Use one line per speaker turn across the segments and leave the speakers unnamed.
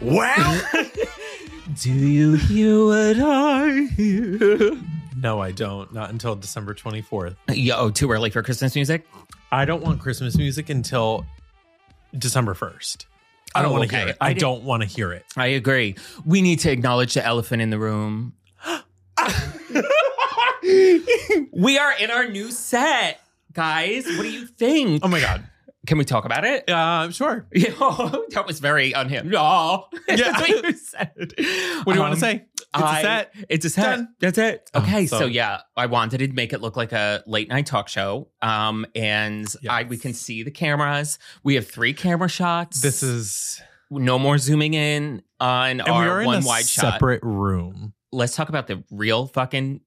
Wow.
Do you hear what I hear?
no, I don't. Not until December 24th.
Yo, too early for Christmas music?
I don't want Christmas music until December 1st. I don't
Oh,
want to
okay.
hear it.
I
I
did-
don't want to hear it.
I agree. We need to acknowledge the elephant in the room. Ah. we are in our new set, guys. What do you think?
Oh my God.
Can we talk about it?
Uh, sure.
Yeah, that was very on him. Yeah, that's what you said. What do
What do you want to say? It's a set.
It's a set.
Done.
Um, That's it.
Oh,
Okay, so.
so-
yeah, I wanted to make it look like a late night talk show. Um, and I we
Yes.
can see the cameras. We have three camera shots.
This is.
no more zooming in on
And
our
we are
one
in a
wide shot.
separate room.
Let's talk about the real fucking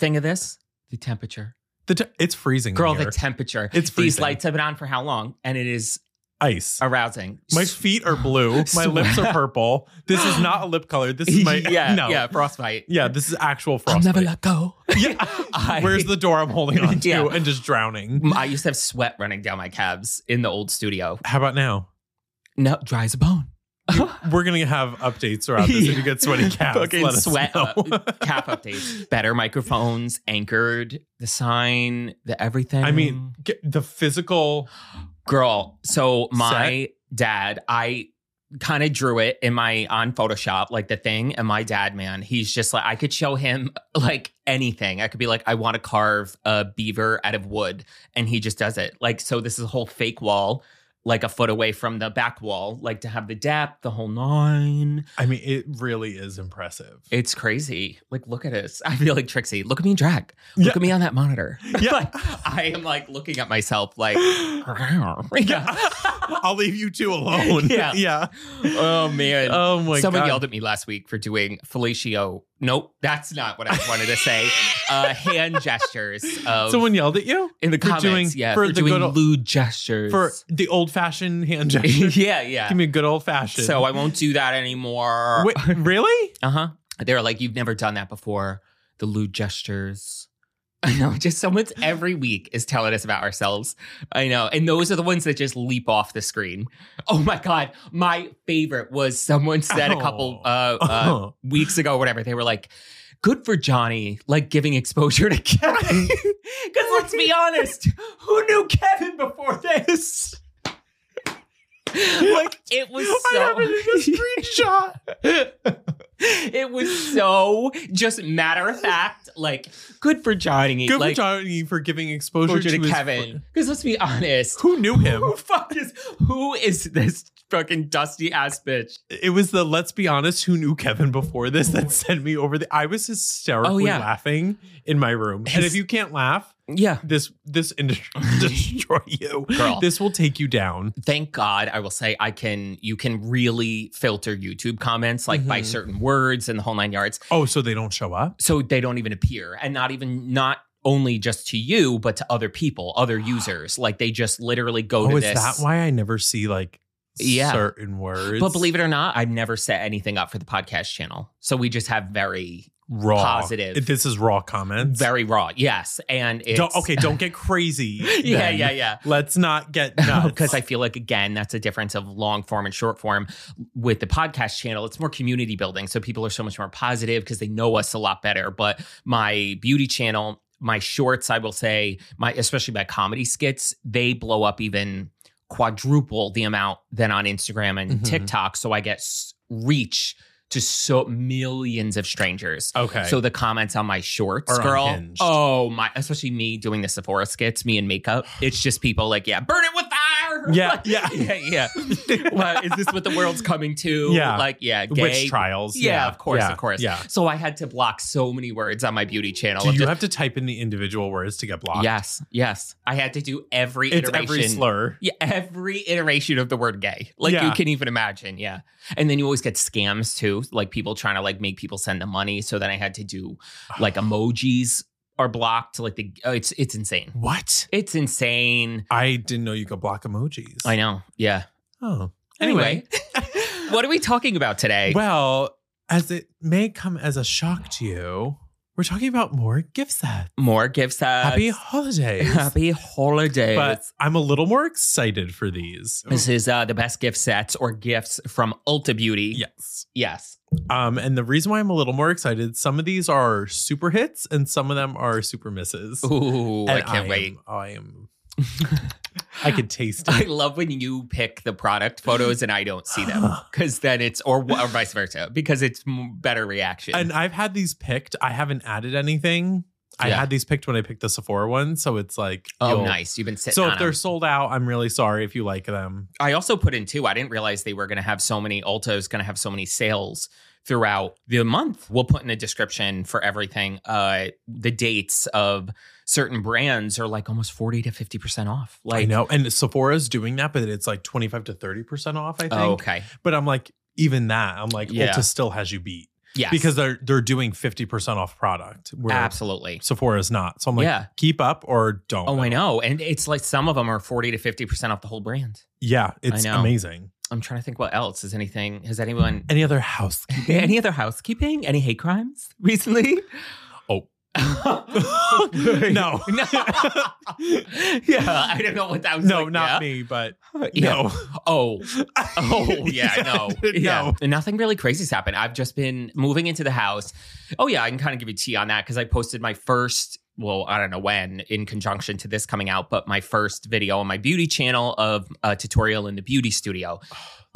thing of this: the temperature.
The te- it's freezing.
Girl,
in here.
the temperature.
It's
These
freezing.
lights have been on for how long? And it is
ice.
arousing.
My feet are blue. My lips are purple. This is not a lip color. This is my
yeah,
no.
yeah, frostbite.
Yeah, this is actual frost.
go.
yeah.
I-
Where's the door I'm holding on to
Yeah.
and just drowning?
I used to have sweat running down my calves in the old studio.
How about now?
No, dry as a bone.
We're gonna have updates around this. If you get sweaty calves,
Fucking
let us
sweat
know.
up- calf updates. Better microphones, anchored, the sign, the everything.
I mean, g the physical.
girl. So my dad, I kind of drew it in my on Photoshop, like the thing. And my dad, man, he's just like I could show him like anything. I could be like, I want to carve a beaver out of wood, and he just does it. Like so, this is a whole fake wall. Like a foot away from the back wall, like to have the depth, the whole nine.
I mean, it really is impressive.
It's crazy. Like, look at us. I feel like Trixie. Look at me in drag. Look
Yeah.
at me on that monitor.
Yeah.
like, I am like looking at myself, like, yeah.
I'll leave you two alone.
Yeah.
yeah.
Oh man.
Oh my
Someone
god.
yelled at me last week for doing fellatio. Nope, that's not what I wanted to say. uh, hand gestures of
Someone yelled at you
in the
for
comments.
doing-
yeah,
for
for,
the
doing
good ol-
lewd gestures.
for the old-fashioned hand gesture.
yeah, yeah.
Give me a good old-fashioned.
So I won't do that anymore.
Wait, really?
Uh huh. They're like, you've never done that before. The lewd gestures. I know. Just someone's every week is telling us about ourselves. I know. And those are the ones that just leap off the screen. Oh my God. My favorite was someone said a couple
Oh.
uh, uh,
Oh.
weeks ago, whatever. They were like, good for Johnny, like giving exposure to Kevin. Because let's be honest, who knew Kevin before this? like, it was so.
I haven't even screenshot.
It was so just matter of fact, like good for Johnny.
good
like,
for Johnny for giving exposure
exposure
to,
to
his-
Kevin. Because let's be honest,
Who knew him?
who fuck is who is this fucking dusty ass bitch?
it was the let's be honest who knew kevin before this that sent me over the i was hysterically
Oh, yeah.
laughing in my room and
His-
if you can't laugh
Yeah.
this this industry will destroy you
Girl.
this will take you down
Thank God, I will say I can. You can really filter YouTube comments like by
Mhm.
certain words and the whole nine yards,
oh so they don't show up
so they don't even appear, and not even not only just to you, but to other people, other users. Like they just literally go
oh
to
is
this.
that why i never see like
Yeah.
certain words
But believe it or not, I've never set anything up for the podcast channel. So we just have very,
raw
positive.
this is raw comments
very raw. Yes. And it's.
Don't- okay don't get crazy
yeah,
then.
yeah, yeah.
let's not get nuts
Because I feel like, again, that's a difference of long form and short form. With the podcast channel, it's more community building. So people are so much more positive because they know us a lot better. But my beauty channel, my shorts, I will say, my especially my comedy skits, they blow up even quadruple the amount than on Instagram and
Mhm.
TikTok. So I get s- reach to so millions of strangers.
okay
So the comments on my shorts,
Are
girl.
unhinged.
Oh my! Especially me doing the Sephora skits, me in makeup. It's just people like, yeah, burn it with fire. Hitler.
Yeah,
Like,
yeah.
yeah, yeah. What, is this what the world's coming to?
Yeah.
like yeah, gay.
Witch trials.
Yeah, of course,
yeah,
of course.
Yeah.
So I had to block so many words on my beauty channel.
Do
of
you
just-
have to type in the individual words to get blocked?
yes, yes. I had to do every
It's
iteration.
every slur.
Yeah, every iteration of the word gay. Like you
Yeah.
can even imagine. Yeah. And then you always get scams too, like people trying to like make people send them money. So then I had to do like emojis are blocked. Like the oh, it's it's insane.
What?
It's insane.
I didn't know you could block emojis.
I know. Yeah.
Oh.
Anyway, what are we talking about today?
Well, as it may come as a shock to you, we're talking about more gift sets.
More gift sets.
Happy holidays.
happy holidays.
But I'm a little more excited for these.
this is uh, the best gift sets or gifts from Ulta Beauty.
Yes.
Yes.
Um, and the reason why I'm a little more excited, some of these are super hits and some of them are super misses.
Ooh, I
And
can't
am-
wait.
I am. I could taste
I
it.
love when you pick the product photos and I don't see them because then it's or, or vice versa because it's m- better reaction.
And I've had these picked. I haven't added anything. I
Yeah.
had these picked when I picked the Sephora one. So it's like,
oh,
you'll-
nice! You've been sitting.
So
on
if they're
'em.
sold out, I'm really sorry if you like them.
I also put in two. I didn't realize they were going to have so many. Ulta is going to have so many sales throughout the month. We'll put in a description for everything. Uh, the dates of certain brands are like almost forty to fifty percent off.
I
Like,
know. And Sephora's doing that, but it's like 25 to 30% off, I think.
Oh, okay,
But I'm like, even that, I'm like,
Yeah.
Ulta still has you beat.
yes,
Because they're they're doing 50% off product. Where
absolutely.
Sephora's not. So I'm like,
Yeah.
keep up or don't.
Oh, I know, and it's like some of them are forty to fifty percent off the whole brand.
Yeah, it's
know.
amazing.
I'm trying to think what else is anything. Has anyone
Any other house?
any other housekeeping? Any hate crimes recently?
Oh.
no.
No.
yeah, I don't know what that was.
no,
like,
not
yeah.
me, but
Yeah.
no.
Oh. Oh, yeah, no. Yeah.
No.
Nothing really crazy's happened. I've just been moving into the house. Oh, yeah, I can kind of give you tea on that because I posted my first, well, I don't know when, in conjunction to this coming out, but my first video on my beauty channel of a tutorial in the beauty studio.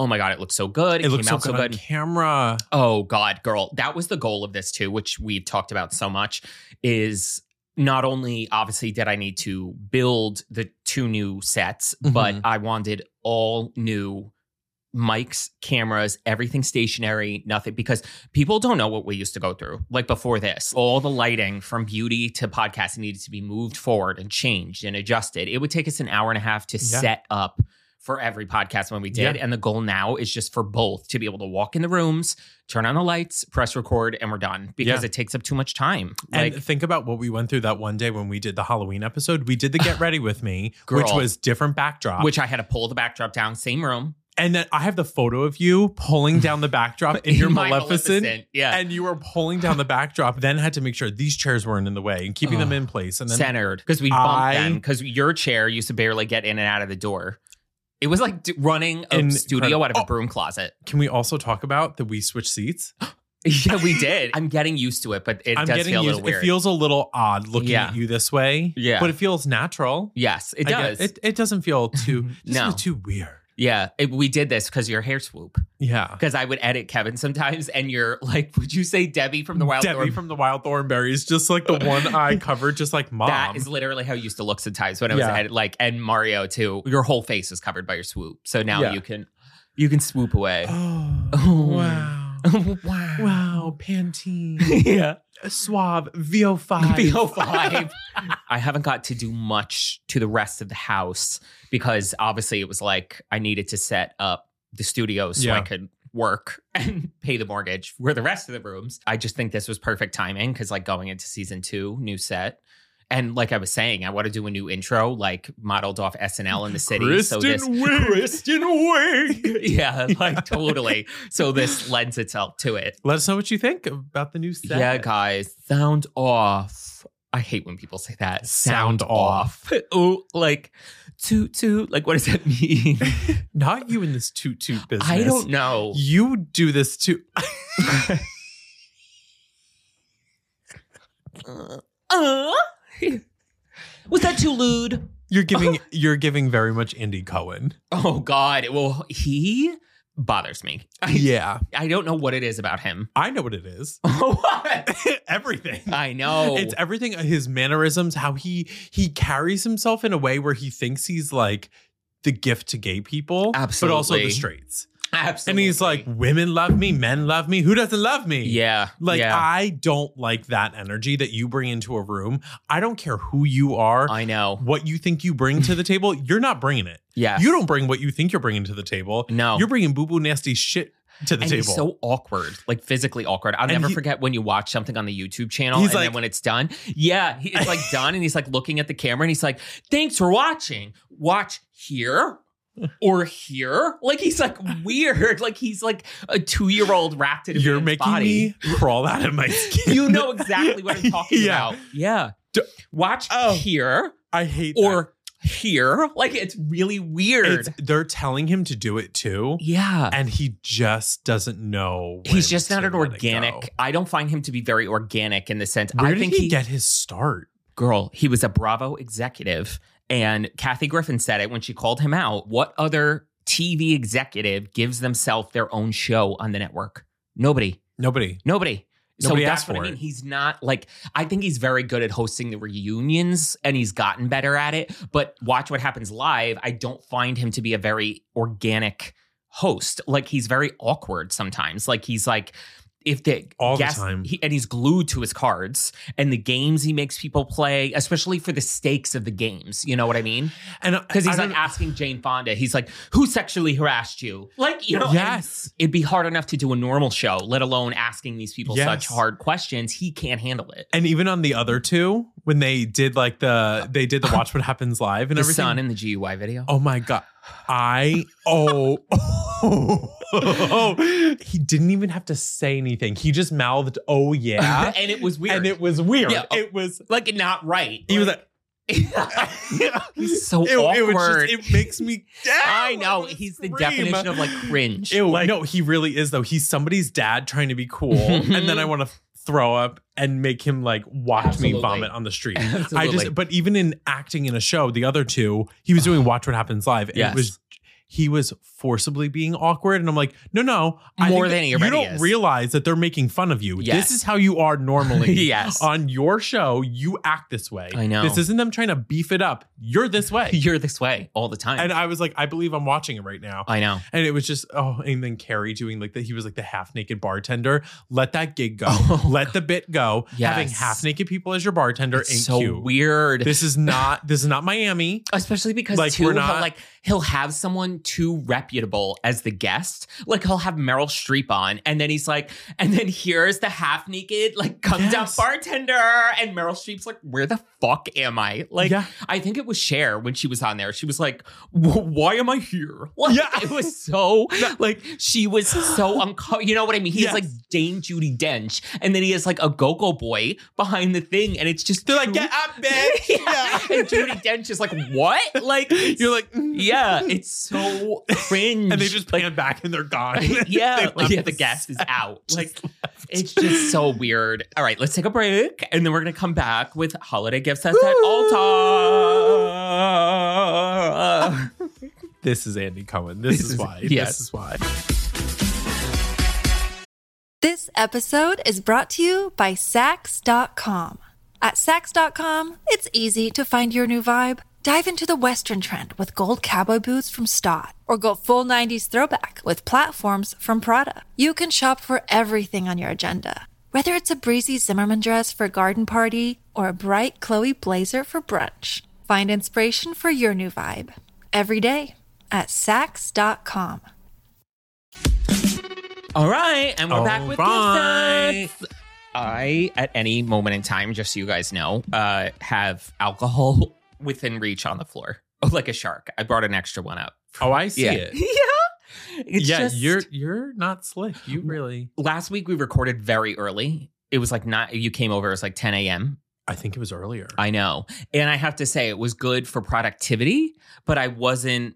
Oh my God, it looks so good.
It, looks so good, on camera.
Oh God, girl, that was the goal of this too, which we've talked about so much. Is not only obviously did I need to build the two new sets, but
Mhm.
I wanted all new mics, cameras, everything stationary, nothing because people don't know what we used to go through. Like before this, all the lighting from beauty to podcasting needed to be moved forward and changed and adjusted. It would take us an hour and a half to
Yeah.
set up for every podcast when we did.
Yeah.
And the goal now is just for both to be able to walk in the rooms, turn on the lights, press record, and we're done because
Yeah.
it takes up too much time.
And
Like,
think about what we went through that one day when we did the Halloween episode. We did the Get Ready With Me, which
Girl.
was different backdrop.
which I had to pull the backdrop down, same room.
and then I have the photo of you pulling down the backdrop in your
My
Maleficent.
Yeah.
And you were pulling down the backdrop, then had to make sure these chairs weren't in the way and keeping them
Ugh.
in place. And then
centered because we bumped
I-
them because your chair used to barely get in and out of the door. It was like d- running a
Incredible.
studio out of
Oh.
a broom closet.
can we also talk about that we switch seats?
Yeah, we did. I'm getting used to it, but it
I'm
does
getting
feel a
used.
little weird.
It feels a little odd looking
Yeah.
at you this way.
Yeah.
But it feels natural.
yes, it
I get-
does.
It, it doesn't feel too doesn't
No.
feel too weird.
yeah, it- we did this because your hair swoop.
Yeah.
Because I would edit Kevin sometimes, and you're like, "Would you say Debbie from the Wild
Debbie
Thorn?"
from the Wild Thornberries, just like the one eye covered, just like mom.
That is literally how you used to look sometimes when I was
Yeah.
edit, like, and Mario too. Your whole face is covered by your swoop, so now
Yeah.
you can you can swoop away.
oh,
Oh.
wow.
wow!
Wow, Pantene,
yeah.
Suave, VO5.
BO5. I haven't got to do much to the rest of the house because obviously it was like I needed to set up the studio so I
Yeah.
could work and pay the mortgage for the rest of the rooms. I just think this was perfect timing because like going into season two, new set. And like I was saying, I want to do a new intro, like modeled off SNL in the city. so this
Wiig.
Kristen Wiig. yeah, like totally. So this lends itself to it.
Let us know what you think about the new set.
Yeah, guys, sound off. I hate when people say that.
Sound
oh, like toot toot. Like, what does that mean?
Not you in this toot toot business.
I don't know.
You do this too.
Uh, was that too lewd?
You're giving you're giving very much Andy Cohen.
Oh God. Well, he bothers me. I,
Yeah.
I don't know what it is about him.
I know what it is.
what?
everything.
I know.
It's uh, everything his mannerisms, how he he carries himself in a way where he thinks he's like the gift to gay people, but also
Absolutely.
the straights.
Absolutely.
And he's like, women love me, men love me. Who doesn't love me?
yeah,
Like,
yeah.
I don't like that energy that you bring into a room. I don't care who you are,
I know.
what you think you bring to the table. You're not bringing it.
Yeah.
You don't bring what you think you're bringing to the table.
No.
You're bringing boo boo nasty shit to the
and
table.
he's so awkward, like physically awkward. I'll
And
never
he-
forget when you watch something on the YouTube channel,
He's
and
like-
then when it's done, yeah, he, it's like done, and he's like looking at the camera, and he's like, "Thanks for watching. Watch here." Or here, like he's like weird, like he's like a two-year-old wrapped in a
you're
man's
making
body.
me crawl out of my skin.
You know exactly what I'm talking
Yeah.
about. Yeah,
D-
watch
Oh.
here
I hate that.
or here, like it's really weird.
It's- they're telling him to do it too.
yeah,
And he just doesn't know. when
he's just not
to
an
let it go.
organic. I don't find him to be very organic in the sense.
Where
I
did
think
he, get his start?
girl, he was a Bravo executive. And Kathy Griffin said it when she called him out. What other TV executive gives themselves their own show on the network? Nobody.
Nobody.
Nobody. So
Nobody
that's
asked
what I
for
mean.
it.
He's not like I think he's very good at hosting the reunions and he's gotten better at it. But watch what happens live. I don't find him to be a very organic host. Like he's very awkward sometimes. Like he's like if they
All the time.
he, and he's glued to his cards and the games he makes people play, especially for the stakes of the games. You know what I mean?
And I-
Because
I
he's like
don't-
asking Jane Fonda. He's like, "Who sexually harassed you?" Like you know, and-
yes.
it'd be hard enough to do a normal show, let alone asking these people
Yes.
such hard questions. He can't handle it.
And even on the other two, when they did like the they did the Watch What Happens Live and
The
everything.
son in the GUI video.
oh my god. I oh, oh, he didn't even have to say anything. He just mouthed, oh yeah.
and it was weird.
and it was weird.
Yeah.
It was
like not right.
he was like
he's so
it,
awkward.
it was just it makes me
I
Ow,
know
I
he's the
scream.
definition of like cringe.
Ew,
like,
no, he really is though. He's somebody's dad trying to be cool, and
Mm-hmm.
then I want to throw up and make him like watch me
Absolutely.
vomit on the street. I
Absolutely.
just, but even in acting in a show, the other two, he was doing Watch What Happens Live, and
Yes.
it was he was forcibly being awkward, and I'm like, no, no, I
More
think
than
that
he
you
already
don't
is.
realize that they're making fun of you.
Yes.
This is how you are normally.
Yes.
on your show, you act this way.
I know.
this isn't them trying to beef it up. You're this way.
you're this way all the time.
And I was like, I believe I'm watching it right now.
I know.
And it was just oh, and then Carrie doing like that. He was like the half naked bartender. Let that gig go.
Oh,
Let the bit go.
Yes.
Having half naked people as your bartender
It's
ain't
so
cute.
weird.
This is not. This is not Miami.
Especially because
Like,
too,
we're
he'll
not-
like he'll have someone too reputable as the guest. Like he'll have Meryl Streep on, and then he's like, and then here's the half naked, like comes down
Yes.
bartender, and Meryl Streep's like, where the fuck am I? Like,
Yeah.
I think it was Cher when she was on there. She was like, "Wh- why am I here? Like,
Yeah.
it was so like she was so uncomfortable. You know what I mean? He's
Yes.
like Dame Judy Dench, and then he has like a go-go boy behind the thing, and it's just
They're like,
two-
get up, bitch.
yeah.
Yeah.
And Judy Dench is like, what? Like, it's-
You're like, mm.
yeah, it's so cringe.
And they just pan back and they're gone. They
yeah, like,
left
yeah, the guest is out. Like, it's just so weird. All right, let's take a break, and then we're gonna come back with holiday gifts that's at Ulta.
This is Andy Cohen. This, is
is-
why.
yes.
This is why.
This episode is brought to you by Sax.com. At Sax.com, it's easy to find your new vibe. Dive into the Western trend with gold cowboy boots from Stott, or go full 90s throwback with platforms from Prada. You can shop for everything on your agenda, whether it's a breezy Zimmerman dress for a garden party or a bright Chloe blazer for brunch. Find inspiration for your new vibe every day at Sax.com.
All right, and we're back
All
with
right.
gifts. I, at any moment in time, just so you guys know, uh, have alcohol within reach on the floor, oh, like a shark. I brought an extra one up.
Oh, I see
yeah.
it.
Yeah. It's
yeah,
just-
you're you're not slick. You really.
last week we recorded very early. It was like not you came over, it was like 10 a.m.
I think it was earlier.
I know. And I have to say it was good for productivity, but I wasn't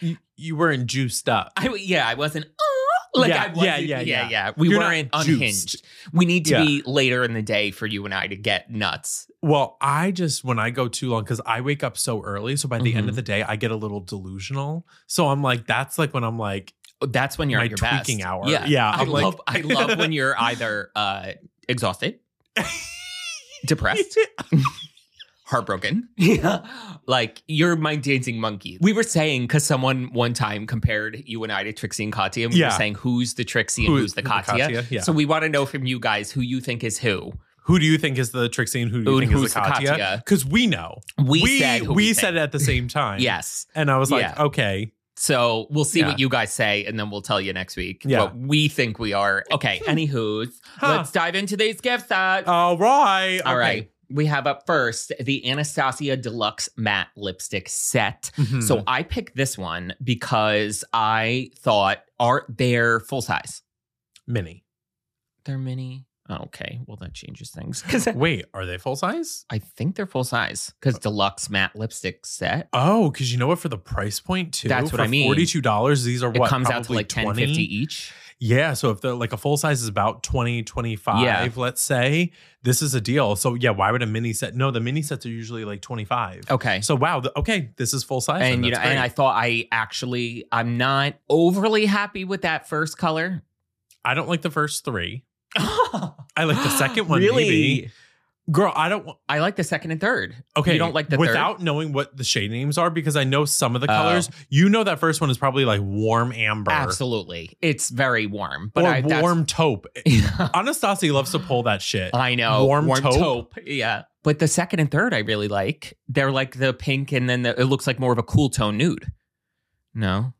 you, you weren't juiced up.
I yeah, I wasn't "Oh," like
Yeah,
I wasn't,
yeah, yeah, yeah.
We
You're not
weren't
juiced.
unhinged. We need to be later in the day for you and I to get nuts.
Well, I just when I go too long because I wake up so early, so by the end
Mhm.
of the day I get a little delusional. So I'm like, that's like when I'm like,
That's when you're
My
at your
tweaking
best.
hour.
Yeah.
Yeah,
I
I'm like-
love I love when you're either uh exhausted, depressed, heartbroken. Yeah. Like, you're my dancing monkey. We were saying, because someone one time compared you and I to Trixie and Katya, and we
Yeah.
were saying who's the Trixie and
Who-
who's the
who the
Katya.
Katya, yeah.
So we want to know from you guys who you think is who.
Who do you think is the Trixie and who do you
Who-
think is
who's
the
the
Katya?
Katya?
Because we know.
We said
we,
who we
said
think.
it at the same time.
Yes.
And I was like,
Yeah.
okay.
So we'll see
Yeah.
what you guys say, and then we'll tell you next week
Yeah.
what we think we are. Okay, anywho's,
Huh.
let's dive into these gift sets.
All right.
All
okay.
right. We have up first the Anastasia Deluxe Matte Lipstick Set.
Mhm.
So I picked this one because I thought are they're full size.
mini.
They're mini. Okay, well that changes things because
Wait, are they full size?
I think they're full size
Uh,
because Deluxe Matte Lipstick Set.
Oh, because you know what? For the price point, too.
That's what
for
I mean.
Forty-two dollars. These are
It
what
comes out to
probably
like 10,
20?
50 each.
Yeah. So if the like a full size is about 20, 25,
Yeah.
let's say, this is a deal. So yeah, why would a mini set? No, the mini sets are usually like 25.
Okay.
So wow, the, okay, this is full size. then.
and you know,
That's
and I
great.
thought I actually I'm not overly happy with that first color.
I don't like the first three.
I
I like the second one.
Really,
Maybe. Girl, I don't. wa-
I like the second and third. Oh.
Okay,
you don't like the
without knowing what the shade names are because I know some of the colors. You know that first one is probably like warm amber,
third. Absolutely, it's very warm, but
or
I, that's-
warm taupe. Anastasia loves to pull that shit.
I know
Warm taupe?
Yeah, but the second and third I really like. They're like the pink, and then the, it looks like more of a cool tone nude. No,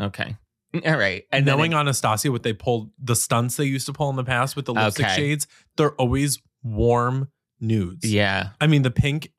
okay, all right.
And
And then
knowing Anastasia, what they pulled, the stunts they used to pull in the past with the lipstick
Okay.
shades, they're always warm nudes.
yeah,
I mean, the pink,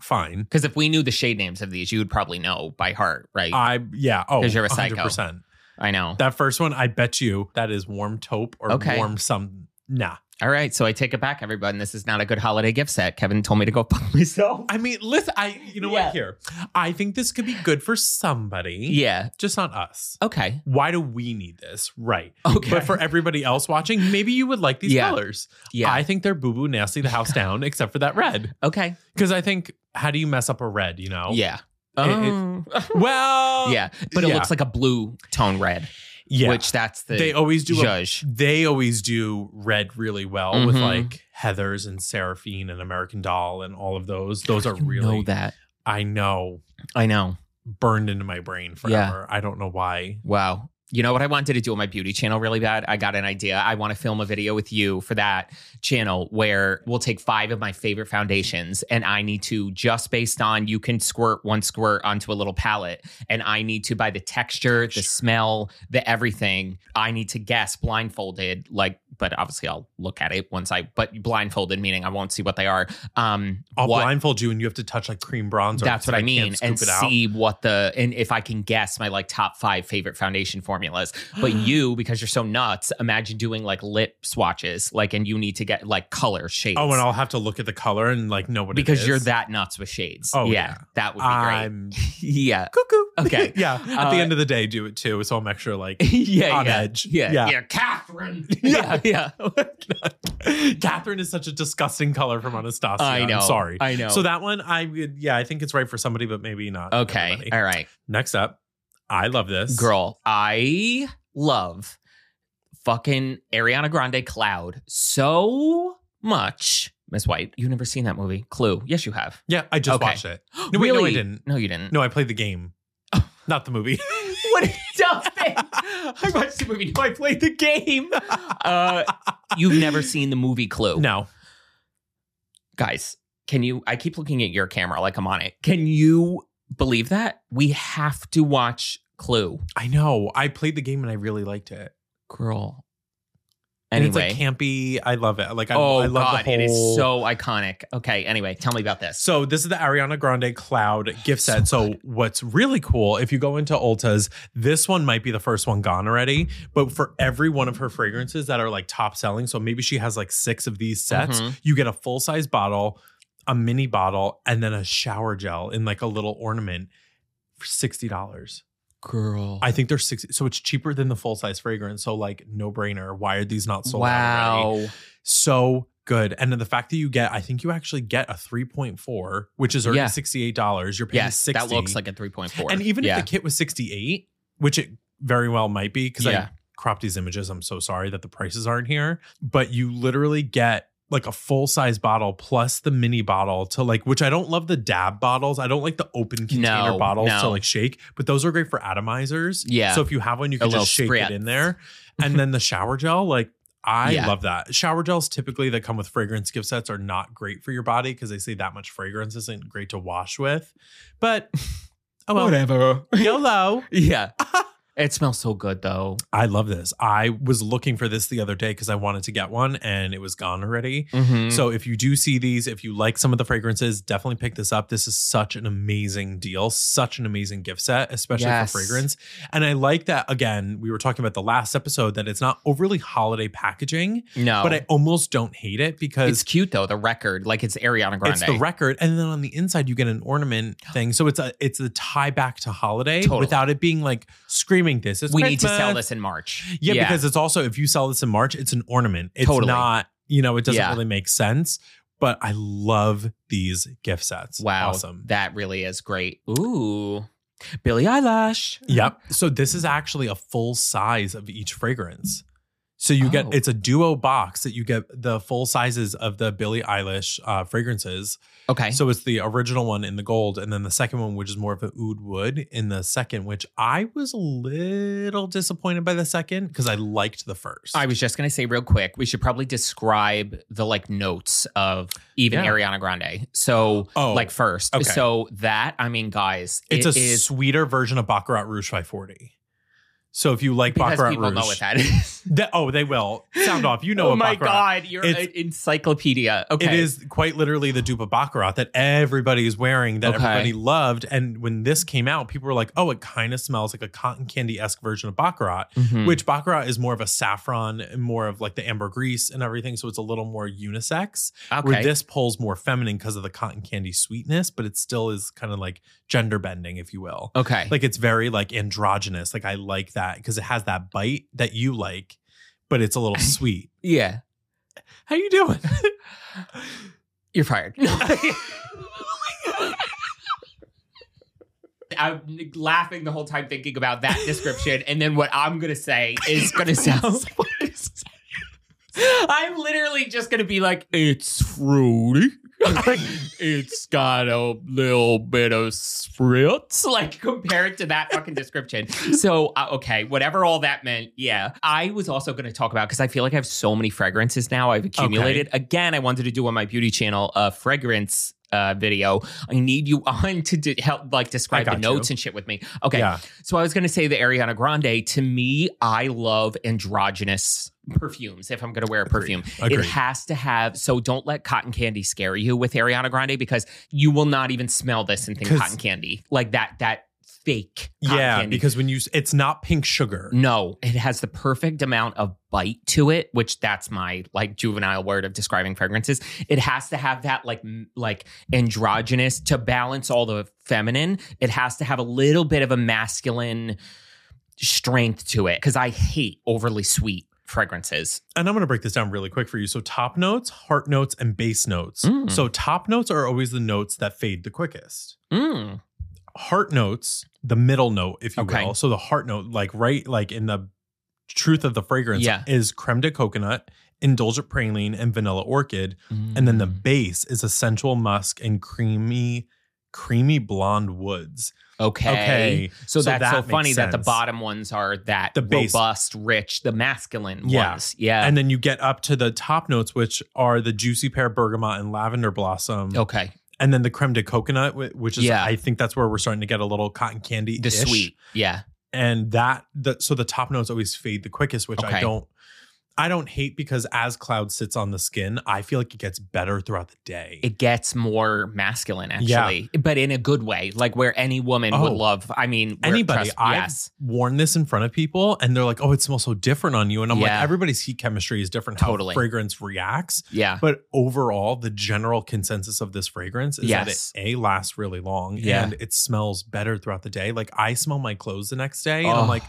fine.
because if we knew the shade names of these, you would probably know by heart, right?
I, yeah. Oh,
'Cause you're a psycho.
100%.
I know.
That first one, I bet you that is warm taupe or
Okay.
warm some. Nah.
All right, so I take it back, everyone. This is not a good holiday gift set. Kevin told me to go fuck myself.
I mean, listen, I, you know
Yeah.
what, here. I think this could be good for somebody.
Yeah.
Just not us.
Okay.
Why do we need this? Right.
Okay.
But for everybody else watching, maybe you would like these
Yeah.
colors.
yeah.
I think they're boo boo nasty the house down, except for that red.
okay.
Because I think, how do you mess up a red, you know?
Yeah.
It-
Oh.
Well,
yeah, but it
yeah.
looks like a blue tone red,
yeah.
which that's the
they always do. A,
judge.
they always do red really well with
Mhm.
like Heather's and Seraphine and American Doll and all of those. Those are
You
really.
know that.
I know
I know.
burned into my brain forever. I don't know why.
Wow. You know what I wanted to do on my beauty channel really bad? I got an idea. I want to film a video with you for that channel where we'll take five of my favorite foundations and I need to just based on you can squirt one squirt onto a little palette and I need to by the texture, the smell, the everything, I need to guess blindfolded like but obviously I'll look at it once I but blindfolded meaning I won't see what they are. Um
I'll
what-
blindfold you and you have to touch like cream bronzer.
that's
so
what I
can't
mean,
scoop
and
it out. Oh,
see what the and if I can guess my like top five favorite foundation formulas. But you, because you're so nuts, imagine doing like lip swatches, like and you need to get like color shades.
Oh, and I'll have to look at the color and like know what it
because you're
is.
that nuts with shades.
Oh,
yeah,
yeah.
that would be great.
I'm
yeah,
cuckoo.
Okay.
yeah. At the
Uh,
end of the day, do it too. So I'm extra like
yeah,
on
yeah.
edge.
Yeah,
Yeah.
yeah, Catherine.
Yeah.
Yeah, yeah.
Catherine is such a disgusting color from Anastasia.
I know.
am sorry.
I know.
So that one, I would, yeah, I think it's right for somebody, but maybe not.
okay,
everybody.
all right.
Next up, I love this
Girl, I love fucking Ariana Grande Cloud so much. Miss White, you've never seen that movie. Clue. Yes, you have.
Yeah, I just
Okay.
watched it. No, wait, no, I didn't.
No, you didn't.
No, I played the game, not the movie.
What a dumb thing. I watched the movie. No, I played the game. Uh, you've never seen the movie Clue.
no,
Guys, can you? I keep looking at your camera like I'm on it. Can you believe that? We have to watch Clue.
I know. I played the game and I really liked it.
Girl.
And
Anyway.
it's like campy. I love it. Like, I,
oh
I love
god,
the whole.
it is so iconic. Okay, anyway, tell me about this.
So this is the Ariana Grande Cloud gift
So
set. So what's really cool, if you go into Ulta's, this one might be the first one gone already. But for every one of her fragrances that are like top selling, so maybe she has like six of these sets,
Mhm.
you get a full size bottle, a mini bottle, and then a shower gel in like a little ornament for sixty dollars.
Girl,
I think they're sixty, so it's cheaper than the full size fragrance. So like no brainer. Why are these not sold? out already?
wow,
so good. And then the fact that you get, I think you actually get a 3.4, which is already
Yeah.
$68. You're paying
yes,
60
that looks like a three point four.
And even
yeah.
if the kit was 68 which it very well might be, because
Yeah.
I cropped these images. I'm so sorry that the prices aren't here. But you literally get like a full size bottle plus the mini bottle to like, which I don't love the dab bottles. I don't like the open container
No,
bottles to
no.
like shake, but those are great for atomizers.
Yeah.
So if you have one, you
A
can
little
just shake
spritz.
it in there. And then the shower gel, like, I
Yeah.
love that. Shower gels typically that come with fragrance gift sets are not great for your body because they say that much fragrance isn't great to wash with. But oh well,
Whatever.
YOLO.
yeah. It smells so good though.
I love this. I was looking for this the other day because I wanted to get one and it was gone already.
Mhm.
So if you do see these, if you like some of the fragrances, definitely pick this up. This is such an amazing deal, such an amazing gift set, especially
Yes.
for fragrance. And I like that again, we were talking about the last episode that it's not overly holiday packaging,
no,
but I almost don't hate it
Oh. it's
because
cute though. The record, like it's Ariana Grande.
it's the record, and then on the inside you get an ornament thing, so it's a it's a tie back to holiday
Totally.
without it being like screaming. This is
we need to
Christmas."
sell this in March.
Yeah, because it's also if you sell this in March, it's an ornament. It's
Totally.
not, you know, it doesn't
Yeah.
really make sense. But I love these gift sets.
wow,
awesome.
that really is great. Ooh, Billie Eilish.
Yep. So this is actually a full size of each fragrance. So you
Oh.
get it's a duo box that you get the full sizes of the Billie Eilish uh, fragrances.
Okay.
So it's the original one in the gold, and then the second one, which is more of an oud wood, in the second, which I was a little disappointed by the second because I liked the first.
I was just gonna say real quick, we should probably describe the like notes of even
Yeah.
Ariana Grande. So
Oh,
like first,
okay.
so that I mean, guys,
It's
it
a
is
sweeter version of Baccarat Rouge 540. So if you like
because
Baccarat
people
Rouge,
know what that is.
that- oh, they will sound off. You know,
oh
a
my
Baccarat.
god, you're
It's-
an encyclopedia. Okay,
It is quite literally the dupe of Baccarat that everybody is wearing, that
Okay.
everybody loved. And when this came out, people were like, oh, it kind of smells like a cotton candy esque version of Baccarat,
Mhm.
which Baccarat is more of a saffron and more of like the ambergris and everything. So it's a little more unisex,
okay.
where this pulls more feminine because of the cotton candy sweetness, but it still is kind of like gender bending, if you will.
okay,
like it's very like androgynous like i like that because it has that bite that you like but it's a little sweet
yeah,
how you doing
you're fired. I'm laughing the whole time thinking about that description, and then what I'm gonna say is gonna sound. I'm literally just gonna be like, it's fruity. it's got a little bit of spritz, like compared to that fucking description. So, uh, okay, whatever all that meant, yeah. I was also going to talk about because I feel like I have so many fragrances now I've accumulated. Again, I wanted to do on my beauty channel a fragrance uh, video. I need you on to d- help, like, describe the
got
notes
you.
and shit with me. Okay,
yeah
so I was going to say the Ariana Grande. To me, I love androgynous perfumes. If I'm going to wear a perfume,
Agreed.
it has to have. So don't let cotton candy scare you with Ariana Grande because you will not even smell this and think
'Cause-
cotton candy like that. That fake. Cotton
yeah
candy. Mm.
because when you s- it's not pink sugar
No, it has the perfect amount of bite to it, which that's my like juvenile word of describing fragrances. It has to have that like m- like androgynous to balance all the feminine. It has to have a little bit of a masculine strength to it cuz I hate overly sweet fragrances.
and i'm going to break this down really quick for you so top notes heart notes and base notes
Mm.
so top notes are always the notes that fade the quickest
Mm.
heart notes the middle note if you
Okay.
will so the heart note like right like in the truth of the fragrance
Yeah.
is creme de coconut indulgent praline and vanilla orchid And then the
Mm.
base is a sensual musk and creamy, creamy blonde woods.
okay.
Okay.
So,
So
that's
that
so
makes
funny that the
sense.
bottom ones are that
The base.
robust, rich, the masculine
Yeah.
ones. Yeah.
And then you get up to the top notes, which are the juicy pear, bergamot, and lavender blossom.
okay.
And then the creme de coconut, wh- which is,
Yeah.
I think that's where we're starting to get a little cotton candy.
The sweet. Yeah.
And that, the, so the top notes always fade the quickest, which
Okay.
I don't. I don't hate because as cloud sits on the skin, I feel like it gets better throughout the day.
it gets more masculine
Yeah.
actually but in a good way like where any woman would
Oh.
love i mean where-
anybody.
trust-
I've
yes
worn this in front of people and they're like, oh, it smells so different on you. And I'm
Yeah.
like, everybody's heat chemistry is different,
Totally.
how fragrance reacts.
yeah
But overall, the general consensus of this fragrance is
Yes.
that it A lasts really long
Yeah.
and it smells better throughout the day. Like I smell my clothes the next day and
Oh.
I'm like,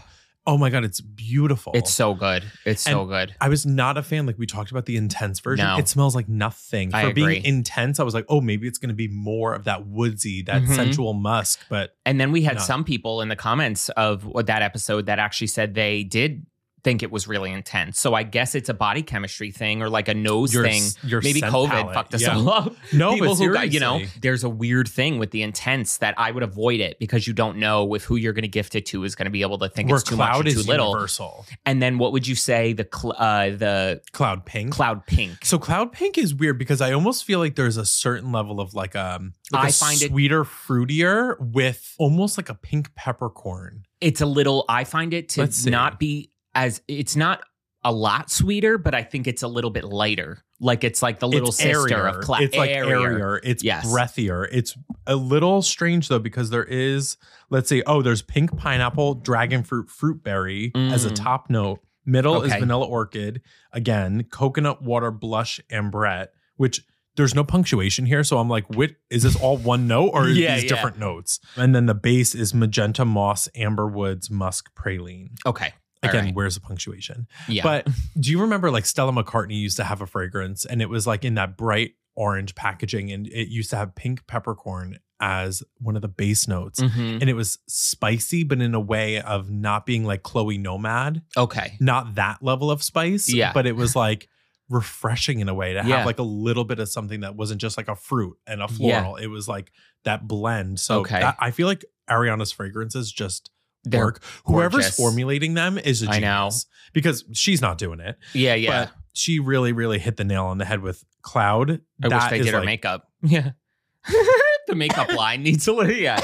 oh my God, it's beautiful.
it's so good it's so good
I was not a fan. Like we talked about the intense version.
No.
It smells like nothing. For
I
being
agree.
intense, I was like, oh, maybe it's gonna be more of that woodsy, that
Mhm.
sensual musk, but
and then we had
No.
some people in the comments of that episode that actually said they did think it was really intense. So I guess it's a body chemistry thing or like a nose
Your
thing.
s- your
Maybe
scent
COVID
palette,
fucked us
yeah.
all up.
No, but
People who got- you know,
seriously.
there's a weird thing with the intense that I would avoid it because you don't know if who you're going to gift it to is going to be able to think
Where
it's too much
cloud
or too
is
little.
universal.
And then what would you say the cl- uh, the
Cloud pink.
cloud pink?
So cloud pink is weird because I almost feel like there's a certain level of like um like
I
a
find it-
sweeter, fruitier with almost like a pink peppercorn.
it's a little i find it to
Let's see.
not be as it's not a lot sweeter but i think it's a little bit lighter like it's like the little
it's
sister
airier.
of cla-
It's like
airier.
airier. It's
Yes.
breathier. It's a little strange though because there is let's see. Oh, there's pink pineapple, dragon fruit, fruit berry as a
Mm.
top note. Middle is
Okay.
vanilla orchid. Again, coconut water, blush, ambrette. Which there's no punctuation here, so I'm like, what is this all one note or are
Yeah,
these
yeah.
different notes? And then the base is magenta moss, amber woods, musk, praline.
okay All
Again,
right.
where's the punctuation?
yeah
But do you remember like Stella McCartney used to have a fragrance and it was like in that bright orange packaging and it used to have pink peppercorn as one of the base notes.
Mhm.
And it was spicy, but in a way of not being like Chloe Nomad,
okay
not that level of spice.
Yeah.
But it was like refreshing in a way to
Yeah.
have like a little bit of something that wasn't just like a fruit and a
Yeah.
floral. It was like that blend. So
Okay.
that- I feel like Ariana's fragrances just
They're-
work. Whoever's
gorgeous.
formulating them is a
I
genius.
know.
Because she's not doing it.
yeah yeah
But she really, really hit the nail on the head with Cloud.
i wish
That
they
is
did her
like-
makeup yeah the makeup line needs a little yeah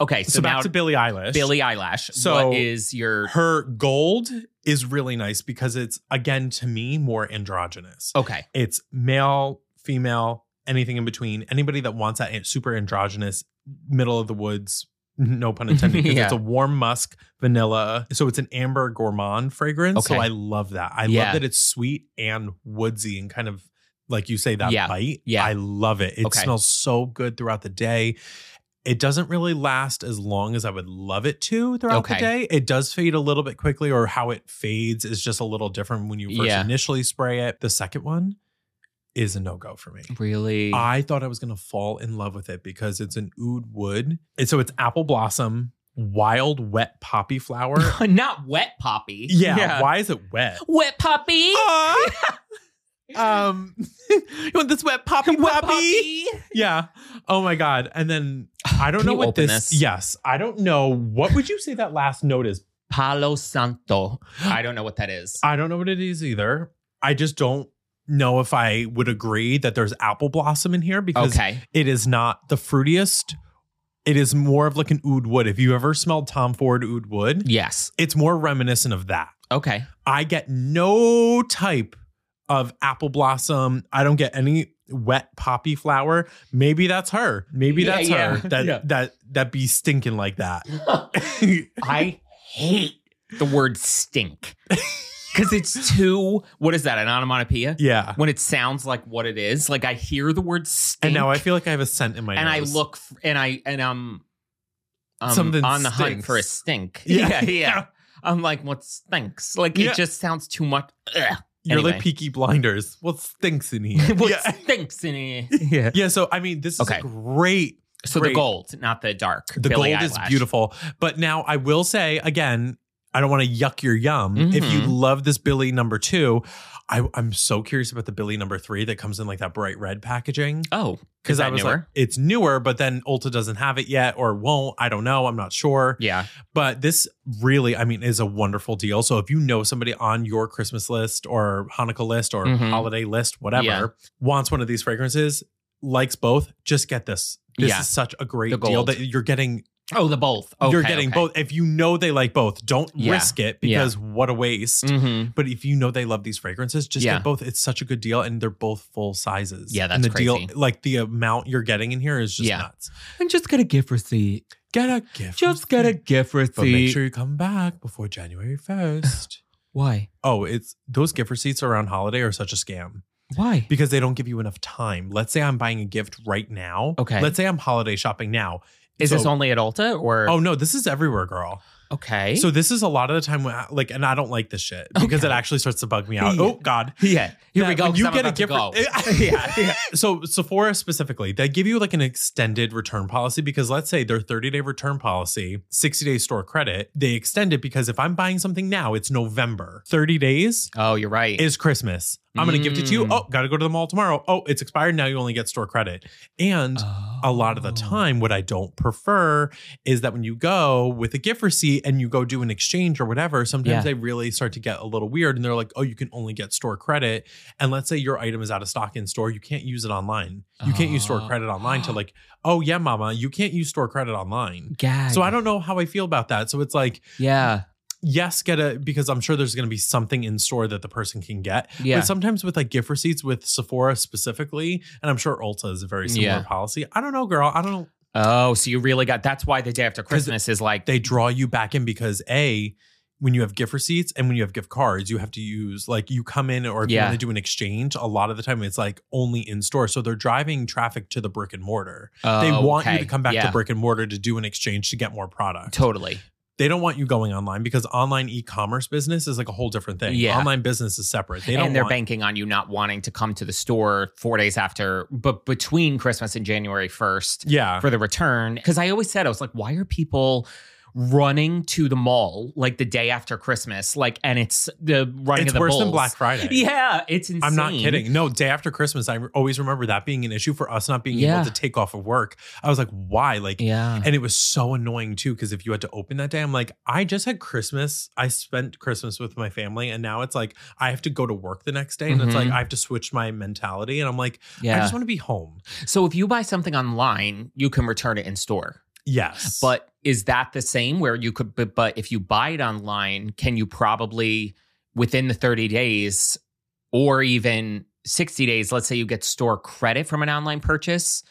okay so,
So, back
now
to Billie Eilish.
billy eyelash
So-
what is your
her gold is really nice because it's again to me more androgynous.
okay
It's male, female, anything in between. Anybody that wants that super androgynous, middle of the woods, no pun intended, 'cause
Yeah.
it's a warm musk, vanilla. So it's an amber gourmand fragrance. So
Okay.
I love that. I
Yeah.
love that it's sweet and woodsy and kind of like you say that
Yeah.
bite.
Yeah.
I love it. It
Okay.
smells so good throughout the day. It doesn't really last as long as I would love it to throughout the
Okay.
day. It does fade a little bit quickly, or how it fades is just a little different when you first
Yeah.
initially spray it. The second one is a no go for me.
really
I thought I was going to fall in love with it because it's an oud wood. And so it's apple blossom, wild, wet poppy flower.
not wet poppy
yeah, Why is it wet?
wet poppy
Aw. um, you want this wet poppy
Wet
poppy? Yeah. Oh my God. And then I don't
Can
know
you
what
open
this,
this?
Yes. I don't know. What would you say that last note is?
Palo Santo. I don't know what that is.
I don't know what it is either. I just don't know if I would agree that there's apple blossom in here because
Okay.
it is not the fruitiest. It is more of like an oud wood. If you ever smelled Tom Ford oud wood,
Yes.
it's more reminiscent of that.
Okay.
I get no type of apple blossom. I don't get any wet poppy flower. Maybe that's her. Maybe
Yeah,
that's
yeah,
her. That
yeah.
that that be stinking like that.
I hate the word stink because it's too, what is that, an onomatopoeia?
yeah.
When it sounds like what it is, like I hear the word stink
And now I feel like I have a scent in my
and I
nose.
look f- and I, and I'm, I'm
Something
on the hunt
stinks.
for a stink.
Yeah.
Yeah. Yeah. I'm like, what stinks? Like
Yeah.
it just sounds too much. Ugh.
You're like
Anyway.
Peaky Blinders. What stinks in here?
what
yeah.
stinks in here? Yeah.
yeah. So I mean, this
Okay.
is a great
So
Great.
the gold, not the dark.
The
Billie
gold is
Eilish.
beautiful. But now I will say again, I don't want to yuck your yum. If you
Mhm.
love this Billy number two, I, I'm so curious about the Billy number three that comes in like that bright red packaging.
Oh,
Because
is
I
that
was
newer?
like, it's newer, but then Ulta doesn't have it yet or won't. I don't know. I'm not sure.
Yeah.
But this really, I mean, is a wonderful deal. So if you know somebody on your Christmas list or Hanukkah list or
Mhm.
holiday list, whatever,
Yeah.
wants one of these fragrances, likes both, just get this. This
Yeah.
is such a
The
great deal
gold.
that you're getting
Oh, the both.
you're getting both. If you know they like both, don't
Yeah.
risk it
Yeah.
because what a waste.
Mm-hmm.
But if you know they love these fragrances, just
Yeah.
get both. It's such a good deal, and they're both full sizes.
Yeah,
and
that's
the deal,
crazy.
like the amount you're getting in here is just
Yeah.
nuts.
And just get a gift receipt.
Get a gift. receipt,
gift receipt.
But make sure you come back before January first.
Why?
oh, it's those gift receipts around holiday are such a scam
Why?
because they don't give you enough time. Let's say I'm buying a gift right now.
Okay.
Let's say I'm holiday shopping now. Oh,
Is this
So-
only at Ulta or?
Oh no, this is everywhere, girl.
Okay.
So this is a lot of the time when I, like, and I don't like this shit because
Eh? Okay.
it actually starts to bug me out.
Yeah.
Oh God.
yeah, here we
That
go.
when
'cause
You
I'm
get a
about to
gift.
go.
yeah, So Sephora specifically, they give you like an extended return policy because let's say their 30 day return policy, 60 day store credit, they extend it because if I'm buying something now, it's November. 30 days
Oh, you're right.
is Christmas. I'm going to gift it to you.
Mm.
Oh, got to go to the mall tomorrow. Oh, it's expired. Now you only get store credit. And a lot of the
Oh.
time, what I don't prefer is that when you go with a gift receipt and you go do an exchange or whatever, sometimes
Yeah.
they really start to get a little weird and they're like, oh, you can only get store credit. And let's say your item is out of stock in store, you can't use it online. You can't use store
Oh.
credit online to like, oh, yeah, mama, you can't use store credit online.
Gag.
So I don't know how I feel about that. So it's like,
Yeah.
yes, get a because I'm sure there's going to be something in store that the person can get.
Yeah.
But sometimes with like gift receipts with Sephora specifically, and I'm sure Ulta is a very similar
Yeah.
policy. I don't know, girl. I don't know.
Oh, so you really got that's why the day after
'Cause
Christmas is like
They draw you back in because a when you have gift receipts and when you have gift cards, you have to use like you come in or if you
Yeah.
want to do an exchange, a lot of the time it's like only in store. So they're driving traffic to the brick and mortar. they
Oh,
want you
okay.
to come back
Yeah,
to brick and mortar to do an exchange to get more product.
Totally.
they don't want you going online because online e-commerce business is like a whole different thing.
Yeah.
Online business is separate. They don't
and they're
want,
banking on you not wanting to come to the store four days after, but between Christmas and January 1st
Yeah.
for the return. Because I always said, I was like, why are people running to the mall like the day after Christmas? Like, and it's the running
It's
of the
worse than
bulls.
Black Friday.
Yeah, it's insane.
I'm not kidding. No, day after Christmas, I re- always remember that being an issue for us not being
Yeah.
able to take off of work. I was like, why? Like,
Yeah.
and it was so annoying too because if you had to open that day, I'm like, I just had Christmas. I spent Christmas with my family, and now it's like I have to go to work the next day, and it's like
Mhm.
I have to switch my mentality, and I'm like, I
Yeah.
just want to be home.
so if you buy something online, you can return it in store.
Yes,
But is that the same where you could, but, but if you buy it online, can you probably within the 30 days or even 60 days, let's say you get store credit from an online purchase,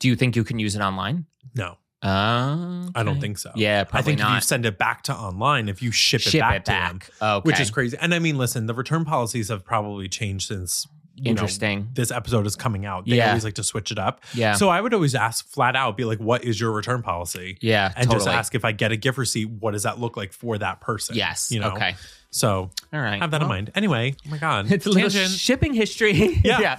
do you think you can use it online?
no,
Uh,
I don't think so.
Yeah,
I
probably
think if you
not.
send it back to online, if you ship,
Ship
it back to them,
Okay.
which is crazy. And I mean, listen, the return policies have probably changed since you know
interesting.
this episode is coming out. They
Yeah.
always like to switch it up.
yeah.
So I would always ask flat out, be like, "What is your return policy?"
yeah.
And
totally.
just ask if I get a gift receipt, what does that look like for that person?
Yes.
you know.
Okay.
So
All right.
have that in
Well,
mind. Anyway, oh my god,
It's a little
Tangent.
shipping history.
Yeah.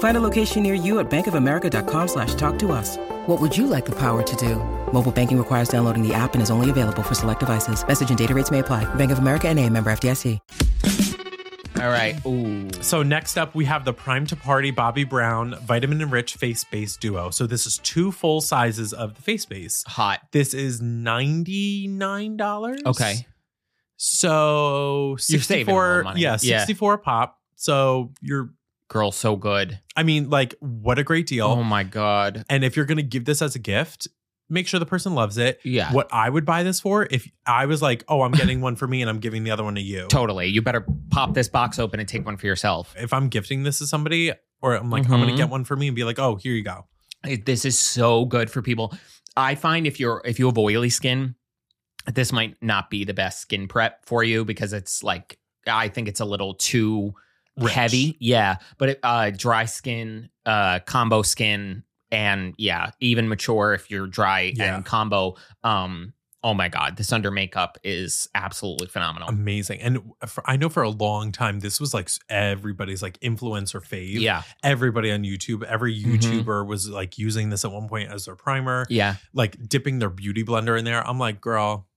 Find a location near you at bankofamerica.com slash talk to us. What would you like the power to do? Mobile banking requires downloading the app and is only available for select devices. Message and data rates may apply. Bank of America and a member FDIC.
All right. Ooh.
So next up, we have the Prime to Party Bobby Brown Vitamin Enriched Face Base Duo. So this is two full sizes of the face base.
Hot.
This is ninety nine dollars.
Okay.
So
You're saving a lot of
64
money.
yeah,
Yeah.
64 a pop. So you're
Girl, so good.
I mean like what a great deal.
Oh my God.
and if you're going to give this as a gift, make sure the person loves it.
Yeah.
What I would buy this for if I was like, "Oh, I'm getting one for me and I'm giving the other one to you."
Totally. You better pop this box open and take one for yourself.
If I'm gifting this to somebody or I'm like, "I'm going to
Mhm.
get one for me" and be like, "Oh, here you go."
It- This is so good for people. I find if you're if you have oily skin, this might not be the best skin prep for you because it's like I think it's a little too
Rich.
heavy. Yeah, but it, uh dry skin, uh combo skin and yeah, even mature if you're dry
Yeah.
and combo um oh my god, this under makeup is absolutely phenomenal.
Amazing. And for, I know for a long time this was like everybody's like influencer fave.
yeah.
Everybody on YouTube, every
Mhm.
YouTuber was like using this at one point as their primer,
Yeah.
like dipping their beauty blender in there. I'm like, "Girl,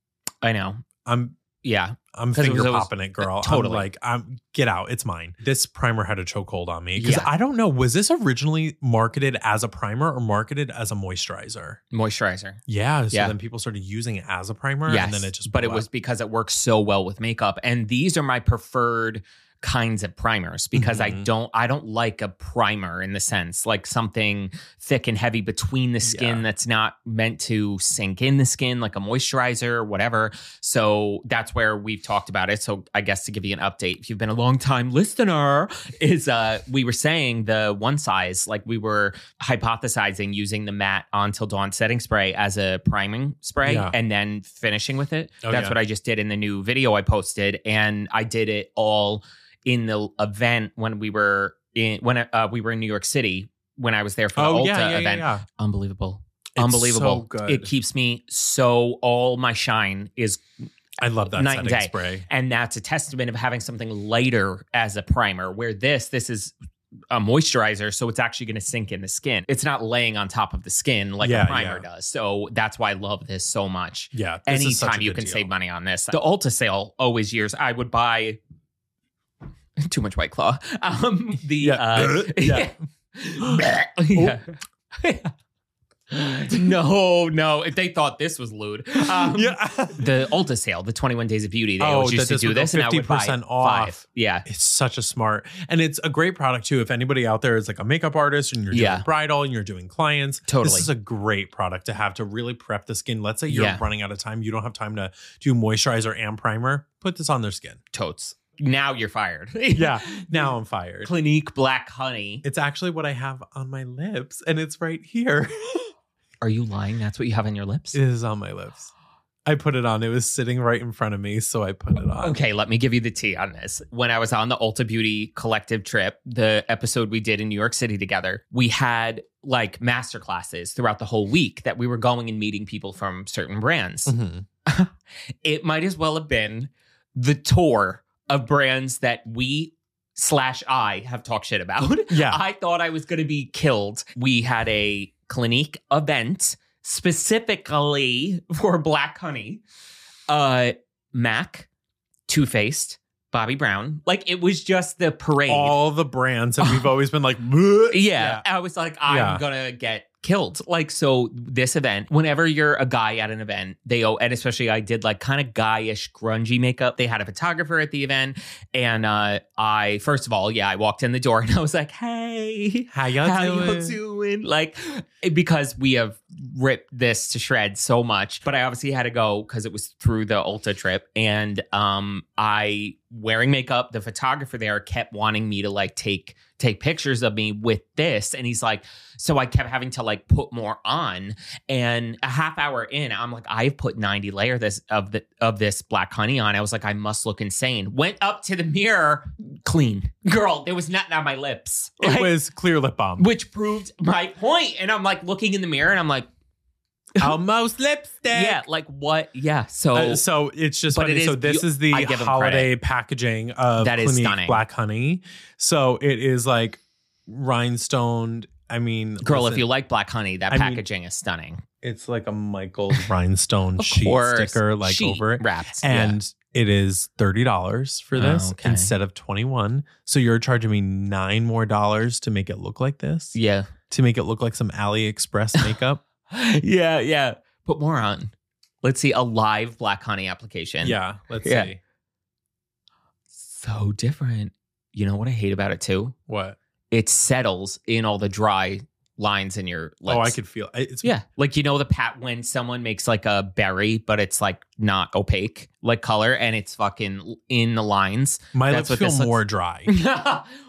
I know.
I'm
Yeah.
I'm
'Cause it
finger
was always-
popping it, girl.
uh,
I'm
totally.
like, I'm get out. It's mine. This primer had a chokehold on me because
Yeah.
I don't know. Was this originally marketed as a primer or marketed as a moisturizer?
Moisturizer.
Yeah. So
Yeah.
then people started using it as a primer,
Yes,
and then it just.
but it
blew up.
was because it works so well with makeup, and these are my preferred kinds of primers because I
Mhm.
don't I don't like a primer in the sense like something thick and heavy between the skin
Yeah.
that's not meant to sink in the skin like a moisturizer or whatever. So that's where we've talked about it. So I guess to give you an update, if you've been a long time listener, is uh we were saying the one size like we were hypothesizing using the matte until dawn setting spray as a priming spray
Yeah.
and then finishing with it
Oh,
that's
yeah.
what i just did in the new video i posted and i did it all in the event when we were in when uh, we were in new york city when i was there for the
Oh
ulta
yeah, yeah,
event
yeah, yeah.
unbelievable
It's
unbelievable
so good.
it keeps me so all my shine is
I love that
Night and
setting
day.
spray.
and that's a testament of having something lighter as a primer where this this is a moisturizer so it's actually going to sink in the skin it's not laying on top of the skin like
Yeah,
a primer
yeah.
does so that's why i love this so much
Yeah. this is such a
anytime you
good
can
deal.
save money on this the ulta sale always years i would buy too much white claw um the
Yeah.
uh,
Yeah. Oh.
yeah. Yeah. no no if they thought this was lewd um,
Yeah.
the Ulta sale, the 21 Days of Beauty. They
Oh,
always
that
used to
this
do
would go
this, and I would buy
50%
five.
off.
Yeah,
It's such a smart, and it's a great product too. If anybody out there is like a makeup artist and you're doing
Yeah.
bridal and you're doing clients,
Totally.
this is a great product to have to really prep the skin. Let's say you're
Yeah.
running out of time, you don't have time to do moisturizer and primer. Put this on their skin.
totes. Now you're fired.
now I'm fired.
Clinique Black Honey.
It's actually what I have on my lips, and it's right here.
Are you lying? That's what you have on your lips?
it is on my lips. I put it on. It was sitting right in front of me, so I put it on.
Okay, let me give you the tea on this. When I was on the Ulta Beauty Collective trip, the episode we did in New York City together, we had like master classes throughout the whole week that we were going and meeting people from certain brands.
Mhm.
it might as well have been the tour of brands that we slash I have talked shit about.
Yeah.
I thought I was going to be killed. We had a Clinique event specifically for Black Honey, uh, Mac, Too Faced, Bobby Brown. Like it was just the parade.
All the brands, and we've always been like, "Bleh."
Yeah. I was like, I'm
Yeah.
gonna get killed. Like, so this event, whenever you're a guy at an event, they owe, and especially I did like kind of guyish, grungy makeup. They had a photographer at the event. And uh I first of all, yeah, I walked in the door and I was like, hey,
How y'all
how
doing?
you doing? Like, because we have ripped this to shreds so much. But I obviously had to go because it was through the Ulta trip, and um, I wearing makeup. The photographer there kept wanting me to like take take pictures of me with this, and he's like, so I kept having to like put more on. And a half hour in, I'm like, I've put 90 layer this of the of this black honey on. I was like, I must look insane. Went up to the mirror, clean girl. There was nothing on my lips. Like,
It was clear lip balm.
which proved my point. And I'm like looking in the mirror and I'm like,
almost lipstick.
yeah, like what? Yeah. So
Eh. Uh, so it's just
But
funny.
it
so
is
this
beau-
is the
I give 'em
holiday packaging of
That is
Clinique
stunning.
Black Honey. So it is like rhinestone. I mean,
girl,
listen,
if you like black honey, that
I mean,
packaging is stunning.
it's like a Michael's rhinestone
Of
sheet
course,
sticker, like
sheet
over it,
wrapped.
and. It is thirty dollars for
Oh,
this
okay.
instead of twenty one. So you're charging me nine more dollars to make it look like this,
yeah.
to make it look like some AliExpress makeup.
Yeah. Yeah. Yeah. Put more on. Let's see a live black honey application.
yeah, let's
Yeah.
see
So different. You know what I hate about it too?
what.
It settles in all the dry lines in your lips.
Oh, I could feel it's
Yeah. Like you know the pat when someone makes like a berry, but it's like not opaque like color and it's fucking in the lines.
My lips
That's what
feel
this looks-
more dry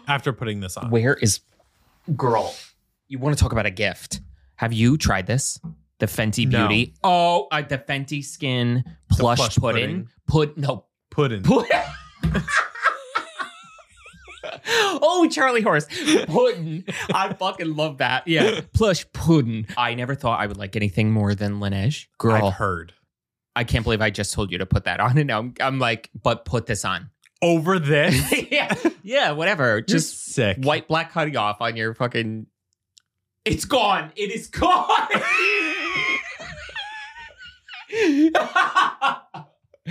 after putting this on.
Where is girl? You want to talk about a gift? Have you tried this? The Fenty
No.
Beauty. Oh, uh, the Fenty Skin plush,
plush
pudding.
pudding.
Put no
Pudding.
put. oh, Charlie horse pudding. I fucking love that. Yeah, plush pudding. I never thought I would like anything more than Laneige. Girl,
I've heard.
I can't believe I just told you to put that on, and now I'm, I'm like, but put this on.
Over this?
yeah, yeah, whatever.
Just
Just
sick.
white black honey off on your fucking. It's gone. It is gone.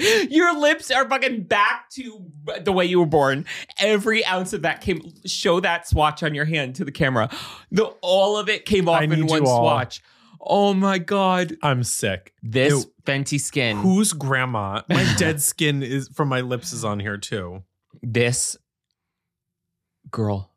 Your lips are fucking back to the way you were born. Every ounce of that came. Show that swatch on your hand to the camera. The all of it came off
I
in
need
one
you all.
swatch. Oh my god!
I'm sick.
This
Ew.
Fenty skin.
Whose grandma? My dead skin is from my lips is on here too.
this girl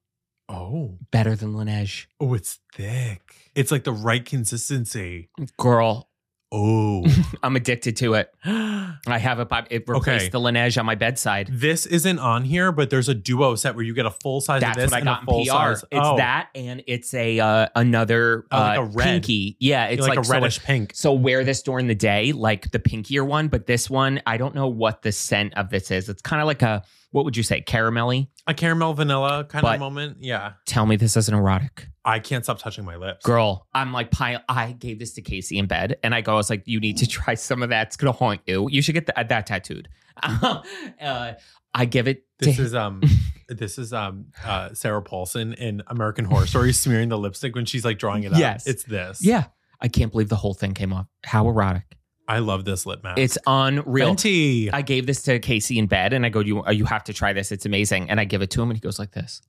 Oh,
better than Laneige.
oh, it's thick. It's like the right consistency.
Girl,
Oh,
I'm addicted to it. I have it. By, it replaced
Okay.
the Laneige on my bedside.
this isn't on here, but there's a duo set where you get a full size
That's
of this
what I
and
got
a
in
full
PR.
size.
It's
oh,
that, and it's a uh, another
Oh, like
uh,
a red.
pinky. Yeah, it's
like,
like,
a reddish
So,
pink.
so wear this during the day, like the pinkier one. But this one, I don't know what the scent of this is. It's kind of like a what would you say, caramelly?
A caramel vanilla kind
But-
of moment. Yeah.
Tell me this isn't erotic,
I can't stop touching my lips.
girl. I'm like, pile. I gave this to Casey in bed, and I go, I was like, you need to try some of that. It's gonna haunt you. You should get the, that tattooed. uh, I give it.
This
to
is um this is um uh Sarah Paulson in American Horror Story smearing the lipstick when she's like drawing it up.
Yes.
It's this.
Yeah. I can't believe the whole thing came off. How erotic.
I love this lip mask.
It's unreal.
Fenty.
I gave this to Casey in bed and I go, you, uh, you have to try this. It's amazing. And I give it to him and he goes like this.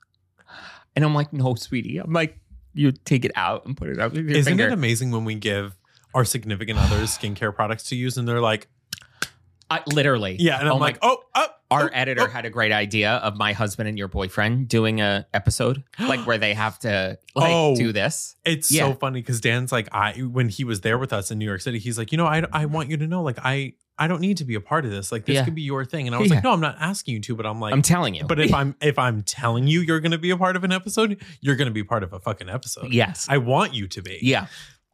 And I'm like, no, sweetie. I'm like, you take it out and put it up with your
Isn't
finger.
it amazing when we give our significant others skincare products to use and they're like,
I- literally.
yeah, and I'm
Oh my-
like, oh, oh,
Our
oh,
editor
oh.
had a great idea of my husband and your boyfriend doing a episode like where they have to like
Oh.
do this.
It's
Yeah.
so funny because Dan's like, I when he was there with us in New York City, he's like, you know, I I want you to know, like, I I don't need to be a part of this. Like, this
Yeah.
could be your thing. And I was
Yeah.
like, no, I'm not asking you to, but I'm like,
I'm telling you.
but if I'm if I'm telling you you're gonna be a part of an episode, you're gonna be part of a fucking episode.
yes.
I want you to be.
yeah.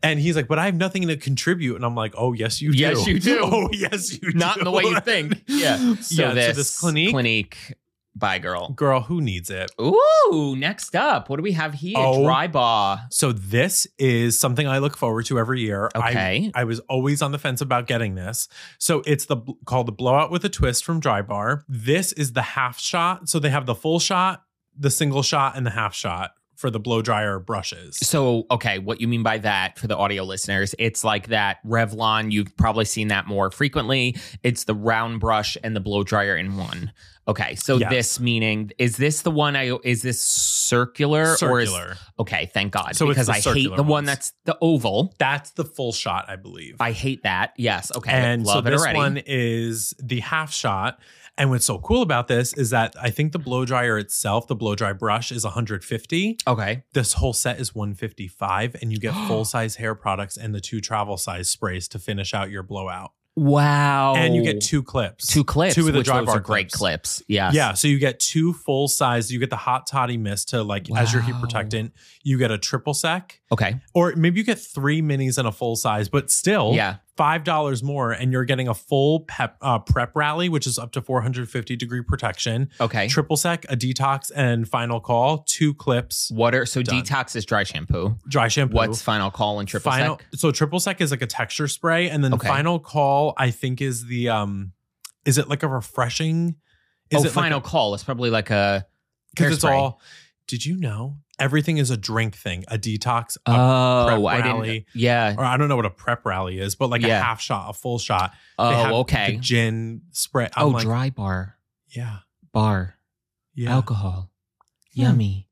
And he's like, but I have nothing to contribute. And I'm like, oh yes, you do.
Yes, you do.
Oh yes, you do.
Not in the way you think. Yeah.
So,
so
yeah,
this,
so this clinique,
clinique by girl.
girl, who needs it?
Ooh, next up, what do we have here?
Oh.
Dry bar.
So this is something I look forward to every year. I-
Okay.
I, was always on the fence about getting this. So it's the called the blowout with a twist from Dry Bar. This is the half shot. So they have the full shot, the single shot, and the half shot for the blow dryer brushes.
So, okay, what you mean by that for the audio listeners, it's like that Revlon, you've probably seen that more frequently. It's the round brush and the blow dryer in one. Okay, so
Yes.
this meaning is this the one I is this circular, or is
Circular.
okay, thank God.
So it's
because
the
I hate
circular
the one
ones.
that's the oval.
That's the full shot, I believe.
I hate that. Yes. Okay.
and so
love it
this
already.
one is the half shot. And what's so cool about this is that I think the blow dryer itself, the blow dry brush, is 150.
okay.
This whole set is 155 and you get full size hair products and the two travel size sprays to finish out your blowout.
Wow.
And you get two clips.
Oh. two clips.
Two of the
which
dry
those
bar
are great clips. Yes.
Yeah, so you get two full size, you get the hot toddy mist to like as your heat
Wow.
protectant. You get a triple sec
Okay.
or maybe you get 3 minis and a full size, but still
Yeah.
$5 more and you're getting a full pep uh, prep rally which is up to 450 degree protection.
Okay.
Triple sec, a detox and final call, two clips,
What are so
Done.
detox is dry shampoo.
dry shampoo.
What's final call and triple
final
sec?
so triple sec is like a texture spray and then
Okay.
final call i think is the um is it like a refreshing is
oh,
it
final call is probably like a
because it's
hairspray.
all did you know everything is a drink thing a detox a,
oh, I didn't.
rally.
Yeah.
or i don't know what a prep rally is but like
Yeah.
a half shot a full shot They have
Oh,
the
okay.
gin spray I'm
Oh,
like,
dry bar,
yeah
bar,
yeah
alcohol,
Hmm.
yummy.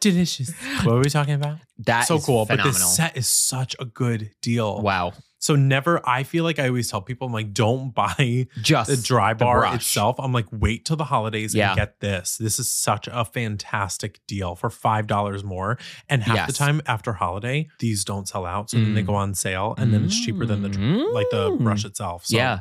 delicious what were we talking about
Oh, That
so
is
cool
Phenomenal.
but this set is such a good deal
wow.
so never i feel like i always tell people i'm like don't buy
Just
the dry
the
bar
brush.
itself. I'm like, wait till the holidays
Yeah.
and get this. This is such a fantastic deal for five dollars more. And half the
Yes.
time after holiday, these don't sell out, so then they
Mm.
go on sale, and then it's cheaper than the dr- like the
Mm.
brush itself. So
yeah.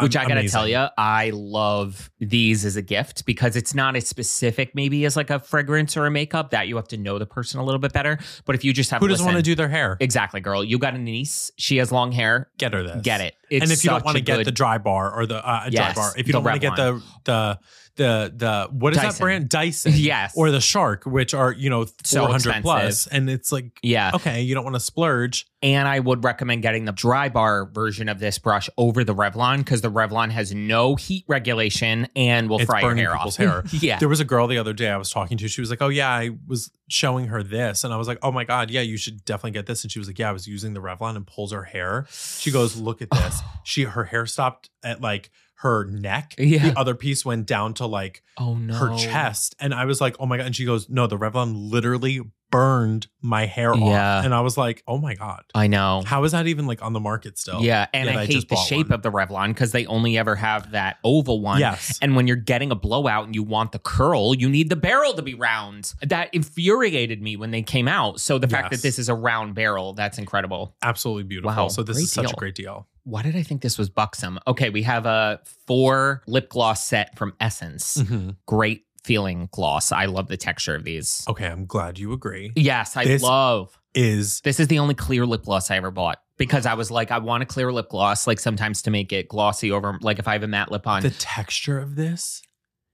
Which
am-
I gotta tell
amazing.
you, I love these as a gift because it's not as specific, maybe as like a fragrance or a makeup that you have to know the person a little bit better. But if you just have
who doesn't want to
listen-
do their hair?
exactly, girl, you got a niece. She has long hair.
Get her this.
Get it. It's
and if you don't
such
want
a
to get
good-
the dry bar or the uh,
Yes,
dry bar, if you
the
don't want to
red
get the the the the what is that
Dyson.
brand Dyson?
Yes.
or the Shark, which are you know
So
four hundred
expensive.
plus, and it's like
yeah,
okay, you don't want to splurge.
And I would recommend getting the dry bar version of this brush over the Revlon because the Revlon has no heat regulation and will
it's
fry your
burning
hair
people's
off.
hair.
yeah.
There was a girl the other day I was talking to. She was like, "Oh yeah, I was showing her this," and I was like, "Oh my god, yeah, you should definitely get this." And she was like, "Yeah, I was using the Revlon," and pulls her hair. She goes, "Look at this." she her hair stopped at like her neck.
Yeah.
The other piece went down to like
Oh no.
her chest, and I was like, "Oh my god!" And she goes, "No, the Revlon literally burned my hair
Yeah.
off," and I was like, "Oh my god."
I know.
How is that even like on the market still?
Yeah, and
Yet
I
just
hate the
bought
shape
one.
of the Revlon because they only ever have that oval one.
Yes.
And when you're getting a blowout and you want the curl, you need the barrel to be round. That infuriated me when they came out. So the fact
Yes.
that this is a round barrel, that's incredible.
Absolutely beautiful.
Wow,
so this
great
is such
deal.
a great deal.
Why did I think this was buxom? Okay, we have a four lip gloss set from Essence. Great feeling gloss. I love the texture of these.
Okay, I'm glad you agree.
Yes, I
This-
love.
Is
This is the only clear lip gloss I ever bought because I was like, I want a clear lip gloss, like sometimes to make it glossy over, like if I have a matte lip on.
the texture of this?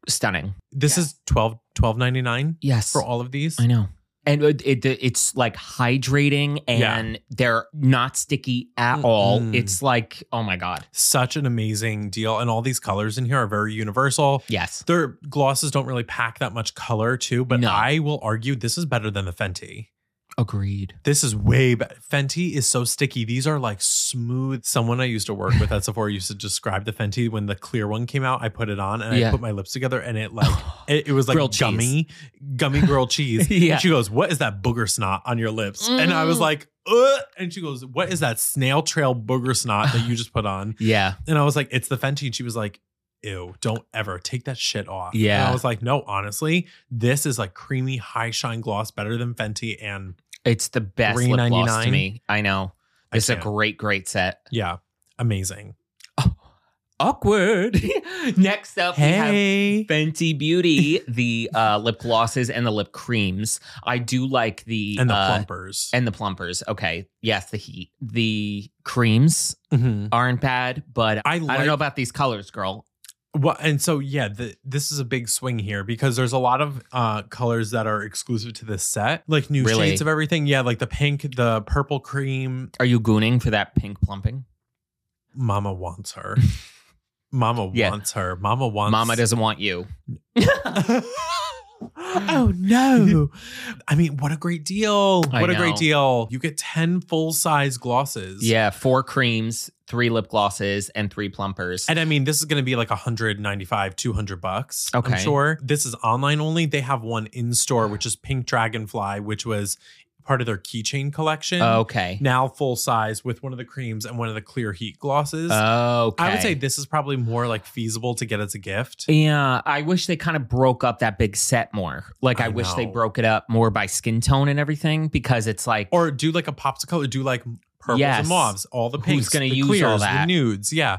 stunning.
This is 12 $12.99
Yes,
for all of these.
I know. And it, it it's like hydrating,
Yeah.
and they're not sticky at all.
Mm-mm.
It's like, oh my god,
Such an amazing deal. And all these colors in here are very universal.
yes,
Their glosses don't really pack that much color too, but
No.
I will argue this is better than the Fenty.
agreed.
This is way better. Fenty is so sticky. These are like smooth. Someone I used to work with at Sephora used to describe the Fenty when the clear one came out. I put it on and
Yeah.
I put my lips together and it like it, it was like
Grilled cheese.
gummy, gummy grilled cheese.
Yeah.
And she goes, "What is that booger snot on your lips?" And I was
Mm.
like, Ugh. And she goes, "What is that snail trail booger snot that you just put on?"
Yeah,
And I was like, "It's the Fenty." And she was like. Ew, don't ever take that shit off. And
Yeah.
I was like, no, honestly, this is like creamy high shine gloss better than Fenty. And
it's the best lip gloss to
$3.99?
me. I know.
I
It's a
can't.
great, great set.
yeah, amazing.
Awkward. Next up, we have
Hey.
Fenty Beauty, the uh, lip glosses and the lip creams. I do like the
and the
uh,
plumpers.
and the plumpers. Okay, yes, the heat, the creams
Mhm.
aren't bad, but I,
I
don't know
like
about these colors, girl.
well, and so yeah, the, this is a big swing here because there's a lot of uh colors that are exclusive to this set, like new
Really?
shades of everything. Yeah, like the pink, the purple cream.
Are you gooning for that pink plumping?
Mama wants her. Mama
Yeah.
wants her. Mama wants.
Mama doesn't want you.
oh no! I mean, what a great deal!
I
What a
know.
great deal! You get ten full size glosses.
Yeah, four creams, three lip glosses, and three plumpers.
And I mean, this is going to be like 195, 200 bucks.
Okay.
I'm sure. This is online only. They have one in store, which is Pink Dragonfly, which was part of their keychain collection.
okay.
Now full size with one of the creams and one of the clear heat glosses.
Okay.
I would say this is probably more like feasible to get as a gift.
Yeah, I wish they kind of broke up that big set more. Like I,
I
wish they
know.
broke it up more by skin tone and everything because it's like
Or do like a popsicle, or do like purples
Yes.
and mauves, all the
Who's
pinks,
gonna
the
use all
clears, the
that?
nudes. Yeah.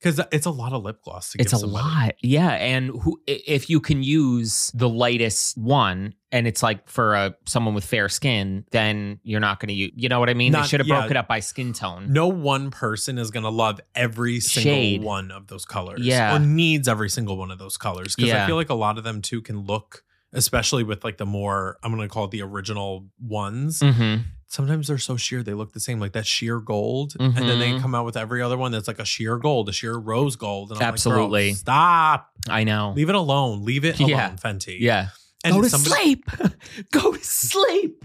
Because it's a lot of lip gloss to
it's
give
a
somebody.
lot. Yeah, and who i- if you can use the lightest one and it's like for a someone with fair skin, then you're not going to use, you know what I mean? they
Not-
should have
yeah.
broke it up by skin tone.
no one person is going to love every single
Mm-hmm. Shade.
one of those colors
Yeah.
or needs every single one of those colors because
Yeah.
i feel like a lot of them too can look especially with like the more i'm going to call it the original ones
Mhm.
sometimes they're so sheer they look the same like that sheer gold and then they
Mhm.
come out with every other one that's like a sheer gold a sheer rose gold and I'm like, "Girl,
Absolutely.
stop
I know.
leave it alone leave it alone
Yeah.
fenty
Yeah.
and
Go to
somebody-
sleep. Go to sleep.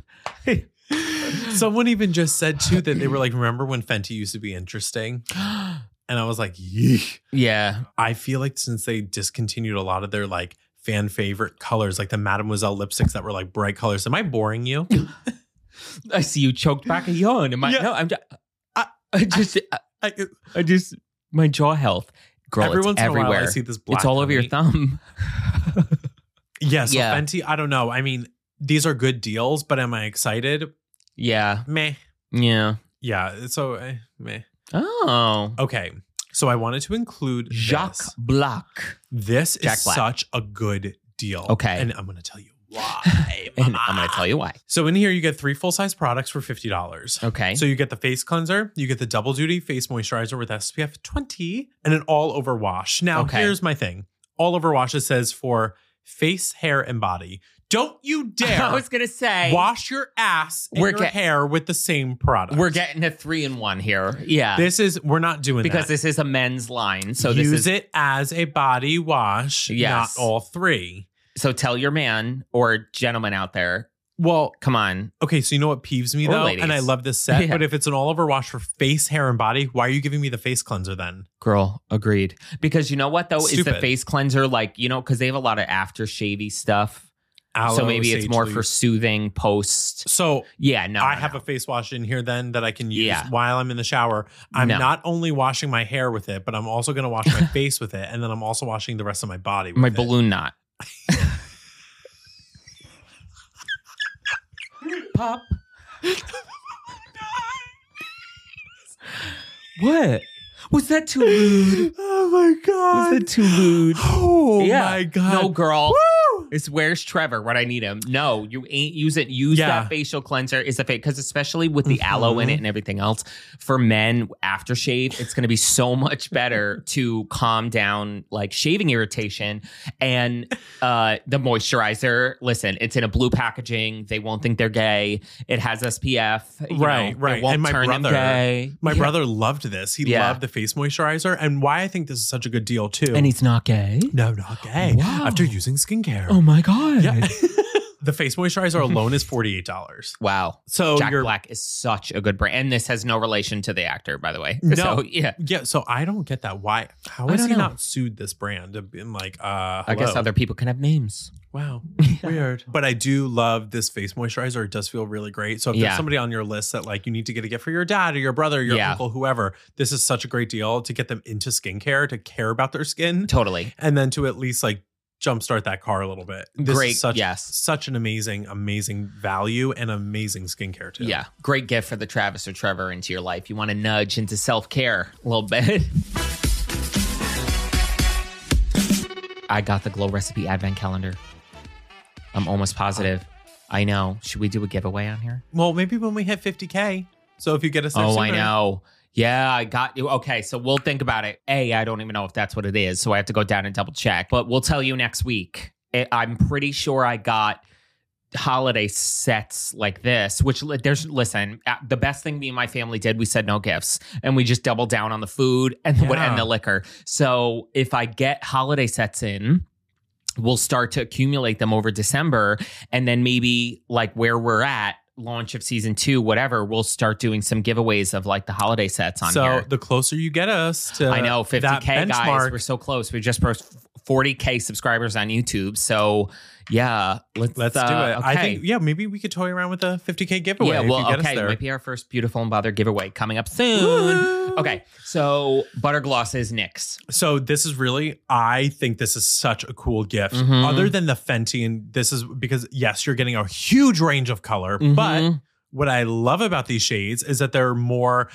someone even just said too that they were like remember when fenty used to be interesting and i was like yeesh
yeah.
I feel like since they discontinued a lot of their like fan favorite colors, like the Mademoiselle lipsticks that were like bright colors. Am I boring you?
I see you choked back a yawn. Am I?
Yeah.
No, I'm just. I, I just. I,
I,
I just. My jaw health. Girl,
every
it's
once
everywhere.
in a while, I see this black.
it's all over your
thumb.
thumb.
Yeah, so
Yeah.
Fenty, I don't know. I mean, these are good deals, but am I excited?
yeah.
Meh.
Yeah.
Yeah, so eh, meh.
Oh.
Okay, so I wanted to include
Jacques
This,
Black.
This
Jack
is
Black.
such a good deal.
Okay.
and I'm going to tell you why.
And
mama.
I'm going to tell you why.
So in here, you get three full size products for fifty dollars.
Okay.
So you get the face cleanser, you get the double duty face moisturizer with SPF 20, and an all over wash. Now,
Okay.
here's my thing. All over wash it says for face, hair, and body. Don't you dare
I was gonna say
wash your ass and
We're
your
get-
hair with the same product.
we're getting a three in one here. Yeah.
this is we're not doing
because
that.
this is a men's line. So this
use
is
it as a body wash.
Yes.
not all three.
so tell your man or gentleman out there,
Well,
come on.
okay. So you know what peeves me
Or
though,
ladies.
and I love this set.
Yeah.
But if it's an all over wash for face, hair, and body, why are you giving me the face cleanser then?
Girl, agreed. Because you know what though is
Stupid.
the face cleanser like you know because they have a lot of after shavy stuff. so
Aloe,
maybe it's
sage
more
leaf.
for soothing post.
So
Yeah, no,
I
no,
have
no.
a face wash in here then that I can use
Yeah.
while I'm in the shower. I'm
No.
not only washing my hair with it, but I'm also going to wash my face with it, and then I'm also washing the rest of my body. With
my
it.
balloon knot. Pop. what was that too lewd?
Oh my god!
Was that too lewd?
Oh
Yeah.
my god!
No, girl.
Woo!
It's where's Trevor when I need him. No, you ain't use it. Use
Yeah. Mm-hmm.
that facial cleanser. It's a fake because especially with the aloe in it and everything else for men aftershave, it's going to be so much better to calm down like shaving irritation and uh, the moisturizer. Listen, it's in a blue packaging. They won't think they're gay. It has SPF. you
Right,
know,
right.
It won't
And my
turn them
brother-
gay.
My
Yeah.
brother loved this. He
Yeah.
loved the face moisturizer, and why I think this is such a good deal too.
and he's not gay.
no, not gay.
Wow.
After using skincare,
Oh my god.
yeah. the face moisturizer alone is forty eight dollars.
Wow.
So
Jack
you're
Black is such a good brand. And this has no relation to the actor, by the way.
No.
So, yeah.
yeah. So I don't get that. Why? How
I
has
don't
he
know.
not sued this brand and been like, uh,
I guess
hello?
other people can have names.
Wow. Weird. But I do love this face moisturizer. It does feel really great. So if
Yeah.
there's somebody on your list that like you need to get a gift for your dad or your brother, your
Yeah.
uncle, whoever, this is such a great deal to get them into skincare, to care about their skin,
Totally.
and then to at least like jumpstart that car a little bit. This
Great,
is such
yes.
such an amazing, amazing value and amazing skincare too.
Yeah. Great gift for the Travis or Trevor into your life. You want to nudge into self care a little bit. I got the Glow Recipe Advent Calendar. I'm almost positive. I know. Should we do a giveaway on here?
Well, maybe when we hit 50k. So if you get us there
Oh, I
sooner-
know. Yeah, I got you. Okay, so we'll think about it. A, I don't even know if that's what it is, so I have to go down and double check. But we'll tell you next week. I- I'm pretty sure I got holiday sets like this. Which li- there's listen, uh, the best thing me and my family did, we said no gifts, and we just doubled down on the food and the,
Yeah.
and the liquor. So if I get holiday sets in. We'll start to accumulate them over December, and then maybe like where we're at launch of season two whatever we'll start doing some giveaways of like the holiday sets on
So
here
the closer you get us to
i know 50k
that
guys
benchmark-
we're so close we just broke 40k subscribers on youtube so yeah let's
Let's
uh,
do it. I
okay.
think yeah, maybe we could toy around with a 50k giveaway.
yeah
if you
well
get
okay
us there.
might be our first beautiful and bother giveaway coming up soon
Woo!
okay so butter gloss is nyx
So this is really, I think this is such a cool gift.
Mhm.
Other than the Fenty, and this is because yes, you're getting a huge range of color, but
Mhm.
what I love about these shades is that they're more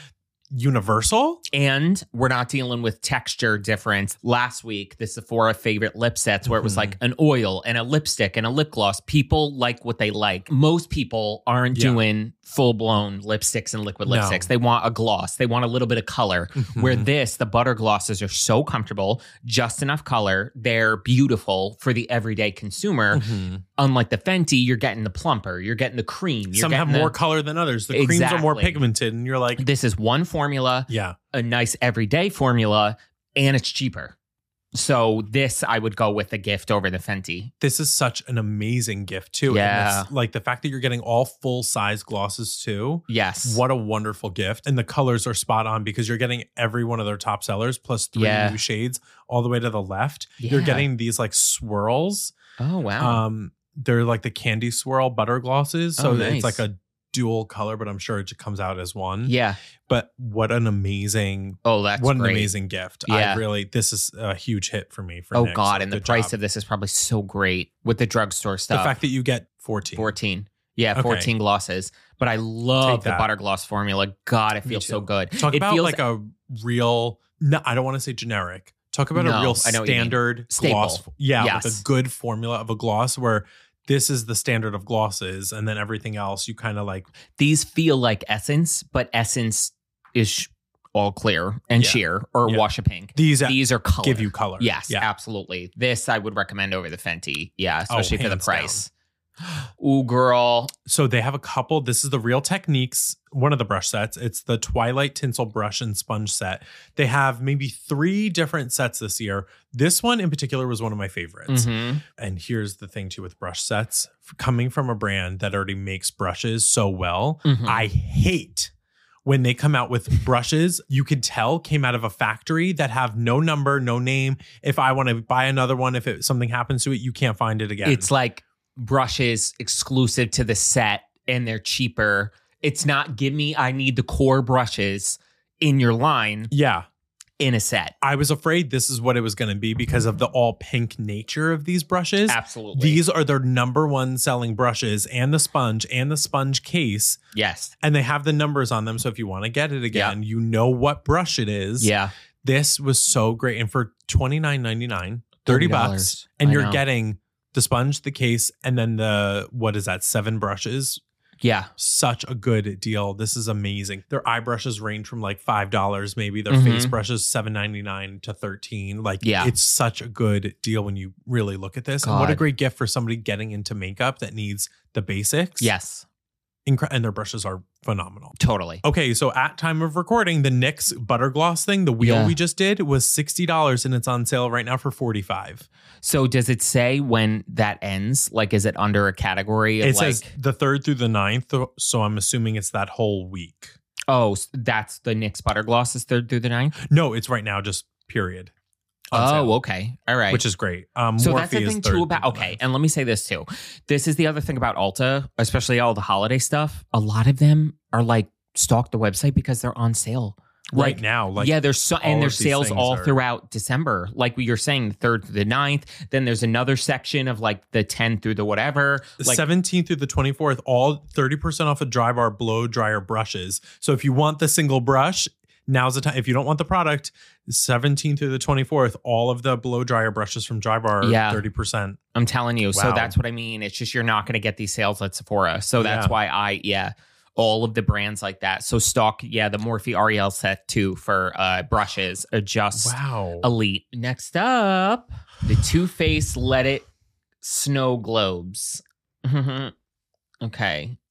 universal.
and we're not dealing with texture difference. Last week, the Sephora favorite lip sets where it was
Mhm.
like an oil and a lipstick and a lip gloss. People like what they like. Most people aren't
Yeah.
doing full blown lipsticks and liquid
No. Mm-hmm.
lipsticks. They want a gloss. They want a little bit of color. Where this, the butter glosses are so comfortable, just enough color. They're beautiful for the everyday consumer.
Mm-hmm.
Unlike the Fenty, you're getting the plumper, you're getting the cream, you're
Some have
getting the-
more color than others. The creams are more
Exactly.
pigmented, and you're like,
This is one formula
yeah,
a nice everyday formula and it's cheaper. So this I would go with a gift over the Fenty.
this is such an amazing gift too. And
Yeah.
it's like the fact that you're getting all full size glosses too.
Yes.
What a wonderful gift. And the colors are spot on because you're getting every one of their top sellers plus three
Yeah.
new shades all the way to the left. You're
Yeah.
getting these like swirls.
Oh wow.
Um they're like the candy swirl butter glosses. So
Oh,
it's
nice.
like a dual color, but I'm sure it just comes out as one.
yeah.
But what an amazing
Oh, that's
what
great.
an amazing gift. I
Yeah.
really this is a huge hit for me for
oh
Nyx.
god,
Like,
and the
good
price
job.
of this is probably so great with the drugstore
the
stuff.
fact that you get 14.
14. Yeah,
Okay.
14 glosses. But I love
Take
the
that.
butter gloss formula. God, it
Me
feels
too.
so good.
Talk
it
about
feels
like a real. No, I don't want to say generic. Talk about
No,
a real
I know what you mean.
standard
Staple.
gloss. Yeah, like
Yes.
a good formula of a gloss where this is the standard of glosses, and then everything else you kind of like.
these feel like essence, but essence is sh- all clear and
Yeah.
sheer or
Yeah.
wash a pink.
These, uh,
These are color.
give you color.
Yes,
yeah.
absolutely. This I would recommend over the Fenty. Yeah,
Oh,
especially for the
hands
price. Ooh, girl.
So they have a couple. This is the Real Techniques, one of the brush sets. It's the Twilight Tinsel Brush and Sponge set. They have maybe three different sets this year. This one in particular was one of my favorites.
Mhm.
And here's the thing, too, with brush sets F- coming from a brand that already makes brushes so well,
Mhm.
I hate. When they come out with brushes, you can tell came out of a factory that have no number, no name. If I want to buy another one, if it, something happens to it, you can't find it again.
It's like brushes exclusive to the set and they're cheaper. It's not give me, I need the core brushes in your line
yeah.
in a set.
I was afraid this is what it was going to be because of the all pink nature of these brushes.
Absolutely.
These are their number one selling brushes and the sponge and the sponge case,
yes.
and they have the numbers on them. So if you want to get it again, you know what brush it is.
Yeah.
This was so great. And for twenty nine ninety nine, 30 bucks,
$30.
and
I
you're
know.
getting the sponge, the case, and then the what is that, seven brushes?
Yeah.
Such a good deal. This is amazing. Their eye brushes range from like five dollars, maybe their
Mhm.
face brushes seven ninety nine to thirteen. Like,
Yeah.
it's such a good deal when you really look at this. And what a
God.
great gift for somebody getting into makeup that needs the basics.
Yes.
Incre- and their brushes are phenomenal.
Totally.
Okay, so at time of recording, the NYX butter gloss thing, the wheel
Yeah.
we just did was sixty dollars, and it's on sale right now for forty five.
So does it say when that ends? Like, is it under a category of
It
like,
says the third through the ninth, so I'm assuming it's that whole week.
oh, s- that's the NYX Butter Gloss is third through the ninth?
No, it's right now, just period. on
Oh,
sale,
okay. All right.
which is great. Um,
So
Morphe
that's the
is
thing
third
too about
through the
okay,
ninth.
and let me say this too. This is the other thing about Ulta, especially all the holiday stuff. A lot of them are like stalk the website because they're on sale
right
Like,
now, like
yeah, there's so
all
and there's
of these
sales
things
all
are-
throughout December. Like we are saying, the third through the ninth. Then there's another section of like the 10th through the whatever.
the
Like
17th through the 24th, all 30% off of dry bar blow dryer brushes. So if you want the single brush, now's the time. If you don't want the product, 17th through the 24th, all of the blow dryer brushes from dry bar are
Yeah.
30%.
I'm telling you. So
Wow.
that's what I mean. It's just you're not going to get these sales at Sephora. So that's
Yeah.
why I yeah. All of the brands like that. So stock, yeah, the Morphe Ariel set too for uh brushes are just
Wow.
Elite. Next up, the Too Faced Let It Snow Globes. Mm-hmm. okay.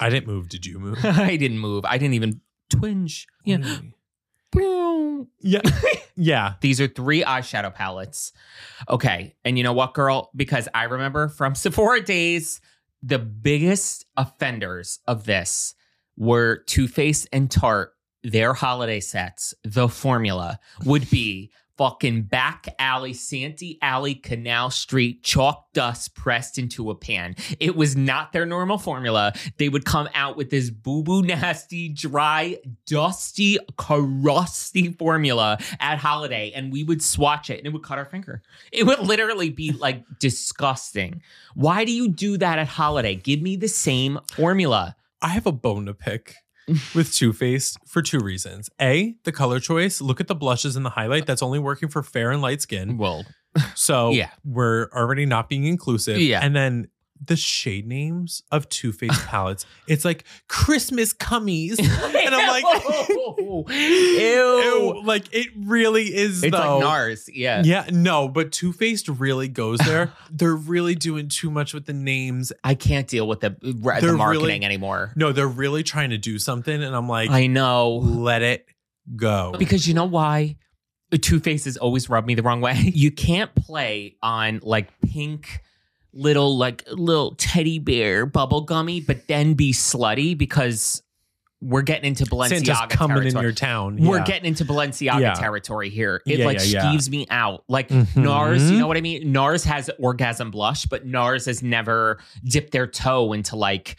I didn't move. Did you move?
I didn't move. I didn't even twinge.
Oh.
Yeah.
yeah. Yeah.
These are three eyeshadow palettes. Okay. And you know what, girl? Because I remember from Sephora days, the biggest offenders of this were Too Faced and Tarte. Their holiday sets, the formula would be fucking back alley, Santee Alley, Canal Street, chalk dust pressed into a pan. It was not their normal formula. They would come out with this boo boo nasty, dry, dusty, crusty formula at holiday, and we would swatch it and it would cut our finger. It would literally be like disgusting. Why do you do that at holiday? Give me the same formula.
I have a bone to pick with Too Faced for two reasons. A, the color choice. Look at the blushes and the highlight. That's only working for fair and light skin.
Well,
So
Yeah.
we're already not being inclusive.
Yeah.
And then the shade names of Too Faced palettes. It's like Christmas cummies. and I'm like,
ew. Ew.
ew. Like it really is
It's
though.
like NARS. Yeah.
Yeah, no, but Too Faced really goes there. They're really doing too much with the names.
I can't deal with the,
They're
the marketing
really-
anymore.
No, they're really trying to do something. And I'm like,
I know.
let it go.
Because you know why? Two Faces always rub me the wrong way. You can't play on like pink little like little teddy bear bubblegummy, but then be slutty because we're getting into Balenciaga
Santa's coming
territory.
in your town.
We're
Yeah.
getting into Balenciaga
Yeah.
territory here. It
Yeah,
like
yeah, yeah.
skeeves me out. Like
Mhm.
NARS, you know what I mean? NARS has orgasm blush, but NARS has never dipped their toe into like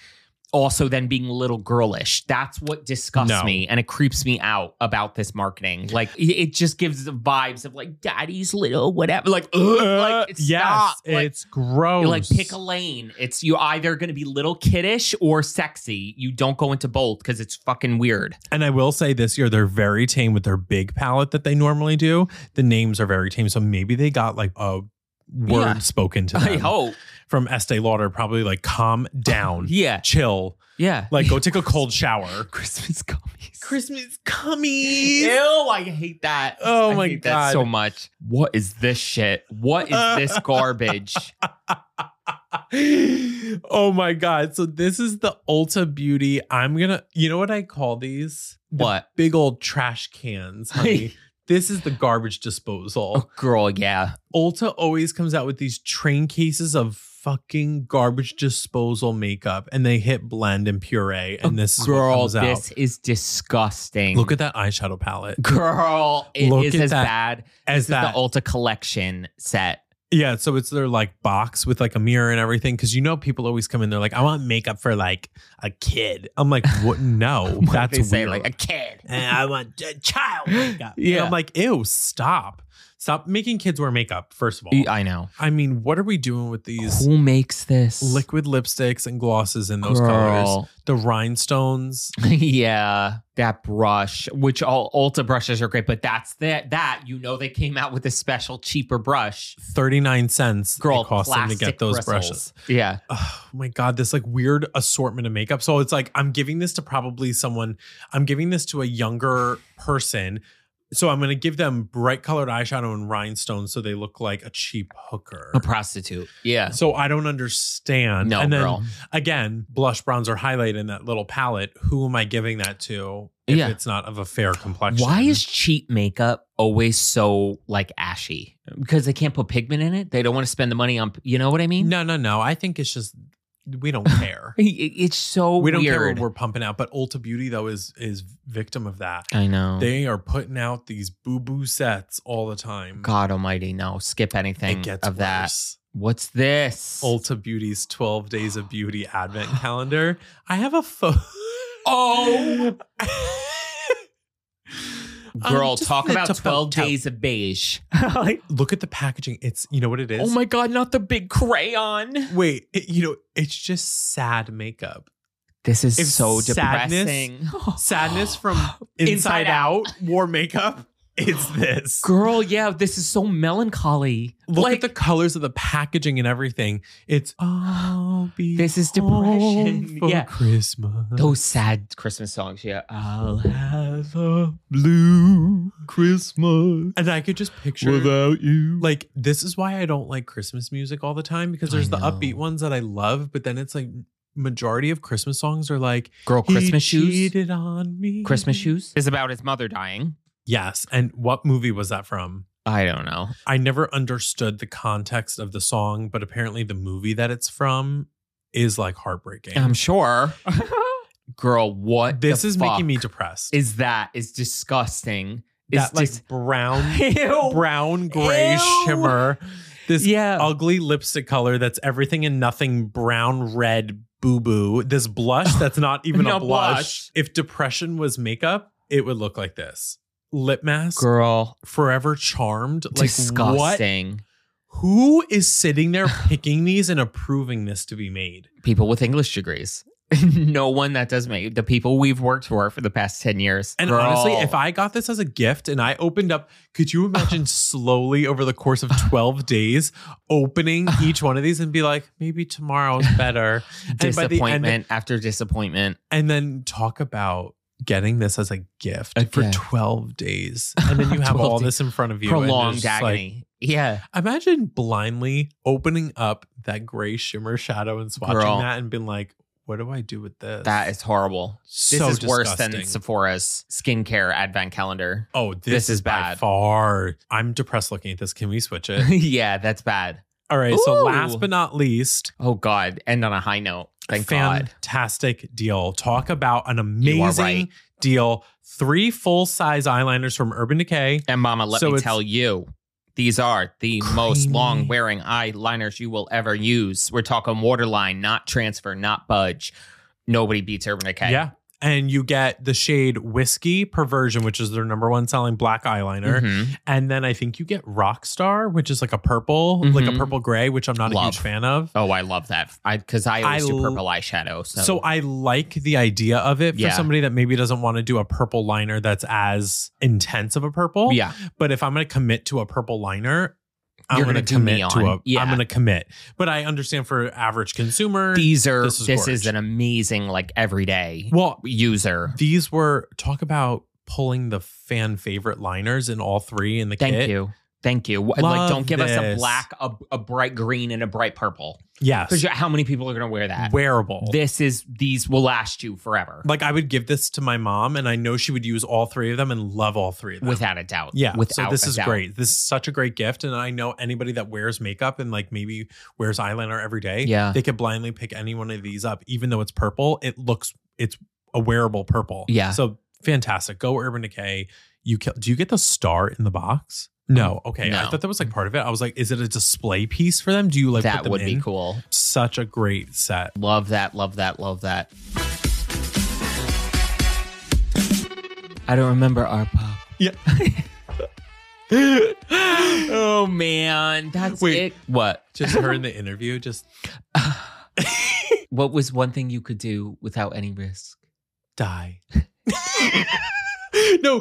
also then being little girlish. That's what disgusts
No.
me and it creeps me out about this marketing. Like it- it just gives the vibes of like daddy's little whatever. Like, ugh,
Uh,
like
yes,
stop. like,
it's gross.
you like pick a lane. It's you're either gonna be little kiddish or sexy. You don't go into both because it's fucking weird.
And I will say this year they're very tame with their big palette that they normally do. The names are very tame, so maybe they got like a word
Yeah.
spoken to
I
them
hope.
from Estee Lauder, probably like calm down,
Yeah.
chill,
Yeah.
like go take a cold shower.
Christmas gummies.
Christmas
Ew,
cummies.
I hate that.
Oh
I
my
hate
God.
that so much. What is this shit? What is this garbage?
oh my god. So this is the Ulta Beauty. I'm gonna you know what I call these? The
What?
Big old trash cans, honey. this is the garbage disposal.
Oh, girl, yeah.
Ulta always comes out with these train cases of fucking garbage disposal makeup and they hit blend and puree. And this is what
girl,
comes out.
this is disgusting.
Look at that eyeshadow palette.
girl, it is
Look at
as
that-
bad
as
as
that.
the Ulta collection set.
Yeah, so it's their like box with like a mirror and everything. Cause you know, people always come in, they're like, I want makeup for like a kid. I'm like, what? No,
What
that's
they say,
weird.
like a kid.
And I want a child makeup. Yeah.
Yeah.
I'm like, ew, stop. Stop making kids wear makeup, first of all.
E, I know.
I mean, what are we doing with these
Who makes this?
liquid lipsticks and glosses in those colors?
Girl.
The rhinestones.
yeah, that brush, which all Ulta brushes are great, but that's that. That you know, they came out with a special cheaper brush.
39 cents
Girl,
it costs them to
plastic
get those
bristles.
brushes.
Yeah,
oh my god this like weird assortment of makeup so it's like i'm giving this to probably someone i'm giving this to a younger person so i'm going to give them bright colored eyeshadow and rhinestones so they look like a cheap hooker
a prostitute. Yeah,
so i don't understand
no,
and then
girl.
again blush bronzer highlight in that little palette who am i giving that to if
Yeah.
it's not of a fair complexion
Why is cheap makeup always so like ashy? Because they can't put pigment in it. They don't want to spend the money on. You know what I mean?
no no no i think it's just we don't care
It- it's so
we don't care
weird.
what we're pumping out but ulta beauty though is is victim of that
I know.
They are putting out these boo boo sets all the time.
God Almighty, no! Skip anything
it gets
of that.
worse.
What's this?
Ulta Beauty's 12 Days of Beauty Advent Calendar. I have a photo.
Oh.
I'm
Girl,
just
talk
gonna
about
tap out
12
town.
days of beige.
Look at the packaging. It's, you know what it is?
Oh my God, not the big crayon.
Wait, it- you know, it's just sad makeup.
This is
If
so
sadness-
depressing.
Sadness from Inside,
Inside
out. war makeup. It's this.
Girl, yeah, this is so melancholy.
Look
like,
at the colors of the packaging and everything. It's oh, be
This is depression.
home for
Yeah.
Christmas.
those sad Christmas songs. Yeah. I'll have
a blue Christmas. And I could just picture without you. Like this is why I don't like Christmas music all the time because
I
there's the
know.
upbeat ones that I love, but then it's like majority of Christmas songs are like
girl
"He
Christmas shoes.
cheated on me.
Christmas shoes is about his mother dying.
Yes. And what movie was that from?
I don't know.
I never understood the context of the song, but apparently the movie that it's from is like heartbreaking.
I'm sure. Girl, what
this
the
is making me
fuck
depressed.
Is that is disgusting?
that like
dis-
brown
Ew.
brown gray
Ew.
shimmer. This
Yeah.
ugly lipstick color that's everything and nothing brown red boo boo. This blush that's not even a
No
blush.
blush.
If depression was makeup, it would look like this. Lip mask,
Girl,
forever charmed. Like what?
disgusting.
Who is sitting there picking these and approving this to be made?
People with English degrees. no one that does make the people we've worked for for the past 10 years.
And
Girl.
honestly, if I got this as a gift and I opened up, could you imagine slowly over the course of 12 days opening each one of these and be like, maybe tomorrow's better? And by the end-
disappointment after disappointment.
and then talk about getting this as a gift
A
for
gift.
12 days. And then you have
12
all
days.
this in front of you. and
prolonged
it's just like-
agony. yeah.
imagine blindly opening up that gray shimmer shadow and swatching
Girl.
that and being like, what do I do with this?
That is horrible.
so
This is worse than
disgusting.
Sephora's skincare advent calendar.
Oh, this,
This
is,
is
bad.
bad.
By far, I'm depressed looking at this. Can we switch it?
yeah, that's bad.
All right. So
Ooh.
last but not least,
Oh God. End on a high note. Thank God.
fantastic deal. Talk about an
You are
amazing
right.
deal. Three full size eyeliners from Urban Decay.
And Mama, let
So
me
it's-
tell you, these are the most
Creamy.
long wearing eyeliners you will ever use. We're talking waterline, not transfer, not budge. Nobody beats Urban Decay.
Yeah. And you get the shade Whiskey Perversion, which is their number one selling black eyeliner.
Mhm.
And then I think you get Rockstar, which is like a purple, like a
Mhm.
purple gray, which I'm not a
Love.
huge fan of.
Oh, I love that. I because I always
I
do
l-
purple eyeshadow. So,
So I like the idea of it for
Yeah.
somebody that maybe doesn't want to do a purple liner that's as intense of a purple.
yeah,
But if I'm going to commit to a purple liner, I'm
You're
going to
gonna do
commit to
neon.
a.
Yeah.
am going to commit. But I understand for average consumer,
these are
this
this
is
is,
gorgeous.
an amazing like everyday
well,
user.
these were talk about pulling the fan favorite liners in all three in the
Thank
kit.
you. Thank you. Wh-
Love
like, don't give us a
this.
black, a, a bright green, and a bright purple. Because
Yes.
how many people are going to wear that?
Wearable.
This is these will last you forever,
like I would give this to my mom, and I know she would use all three of them and love all three of them.
without a doubt.
yeah.
without
so this
a
is
doubt.
great. This is such a great gift, and I know anybody that wears makeup and like maybe wears eyeliner every day.
Yeah.
they could blindly pick any one of these up, even though it's purple. It looks it's a wearable purple.
Yeah.
so fantastic. Go Urban Decay. You kill, do you get the star in the box? No. Okay. I
Mm, No.
thought that was like part of it. I was like, is it a display piece for them? Do you like put
that
them
would be
in?
cool.
Such a great set.
Love that. Love that. Love that. I don't remember our pop.
Yeah.
oh man, that's
Wait.
it. What?
Just her in the interview. Just
What was one thing you could do without any risk?
die. no,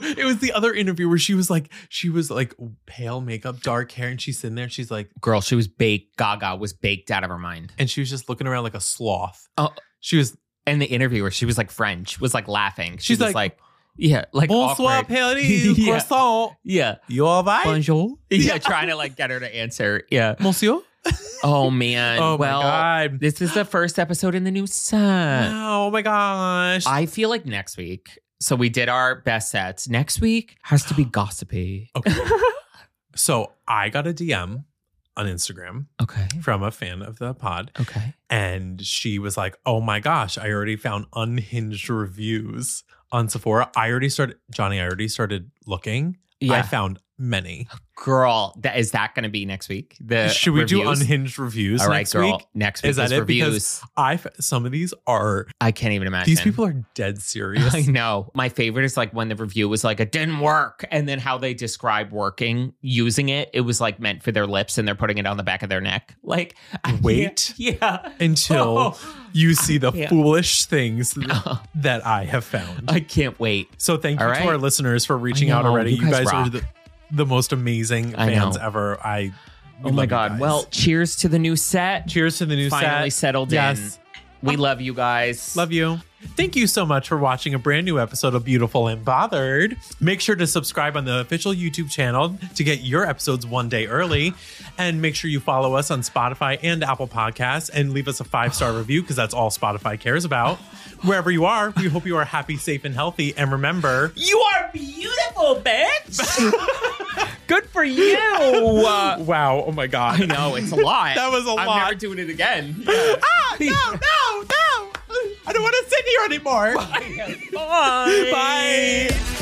it was the other interview where she was like, she was like pale makeup, dark hair, and she's sitting there. And she's like,
Girl, she was baked. Gaga was baked out of her mind.
and she was just looking around like a sloth.
Oh.
she was
And the interviewer, she was like French, was like laughing. She
She's
was
like,
like, yeah, like
bonsoir,
awkward.
Paris,
Yeah.
croissant.
yeah,
You all right,
bonjour. Yeah, trying to like get her to answer. Yeah.
monsieur?
Oh man.
oh
well,
my god!
this is the first episode in the new set.
oh my gosh!
I feel like next week. So we did our best sets. Next week has to be gossipy.
okay. so I got a DM on Instagram
Okay.
from a fan of the pod,
Okay.
and she was like, "Oh my gosh, I already found unhinged reviews on Sephora. I already started, Johnny. I already started looking. I
Yeah.
found many.
girl, that is that going to be next week? The
Should we do
reviews?
unhinged reviews
All right,
next
girl.
week?
Next week
Is
is,
that it?
reviews.
Because I f- some of these are
I can't even imagine.
these people are dead serious.
I know. My favorite is like when the review was like, it didn't work. And then how they describe working using it, it was like meant for their lips and they're putting it on the back of their neck. Like, I can't-
Wait.
Yeah. Oh.
Until you see the
can't. Oh.
foolish things that I have found.
I can't wait.
So thank you
All
to our
right.
listeners for reaching
I
out
know,
already.
you
You guys,
guys
are
rock.
the, the most amazing
I know.
fans ever. I we
oh my
love you
God.
guys.
Well, cheers to the new set.
cheers to the new
Finally
set.
settled
Yes.
in. We love you guys.
Love you. Thank you so much for watching a brand new episode of Beautiful and Bothered. Make sure to subscribe on the official YouTube channel to get your episodes one day early. And make sure you follow us on Spotify and Apple Podcasts and leave us a five star review because that's all Spotify cares about. Wherever you are, we hope you are happy, safe, and healthy. And remember,
You are beautiful, bitch. Good for you. I
wow, oh my God.
know it's a lot.
That was a
I'm
lot.
never doing it again.
Ah, no, no, no. I don't want to sit here anymore.
Bye.
Bye.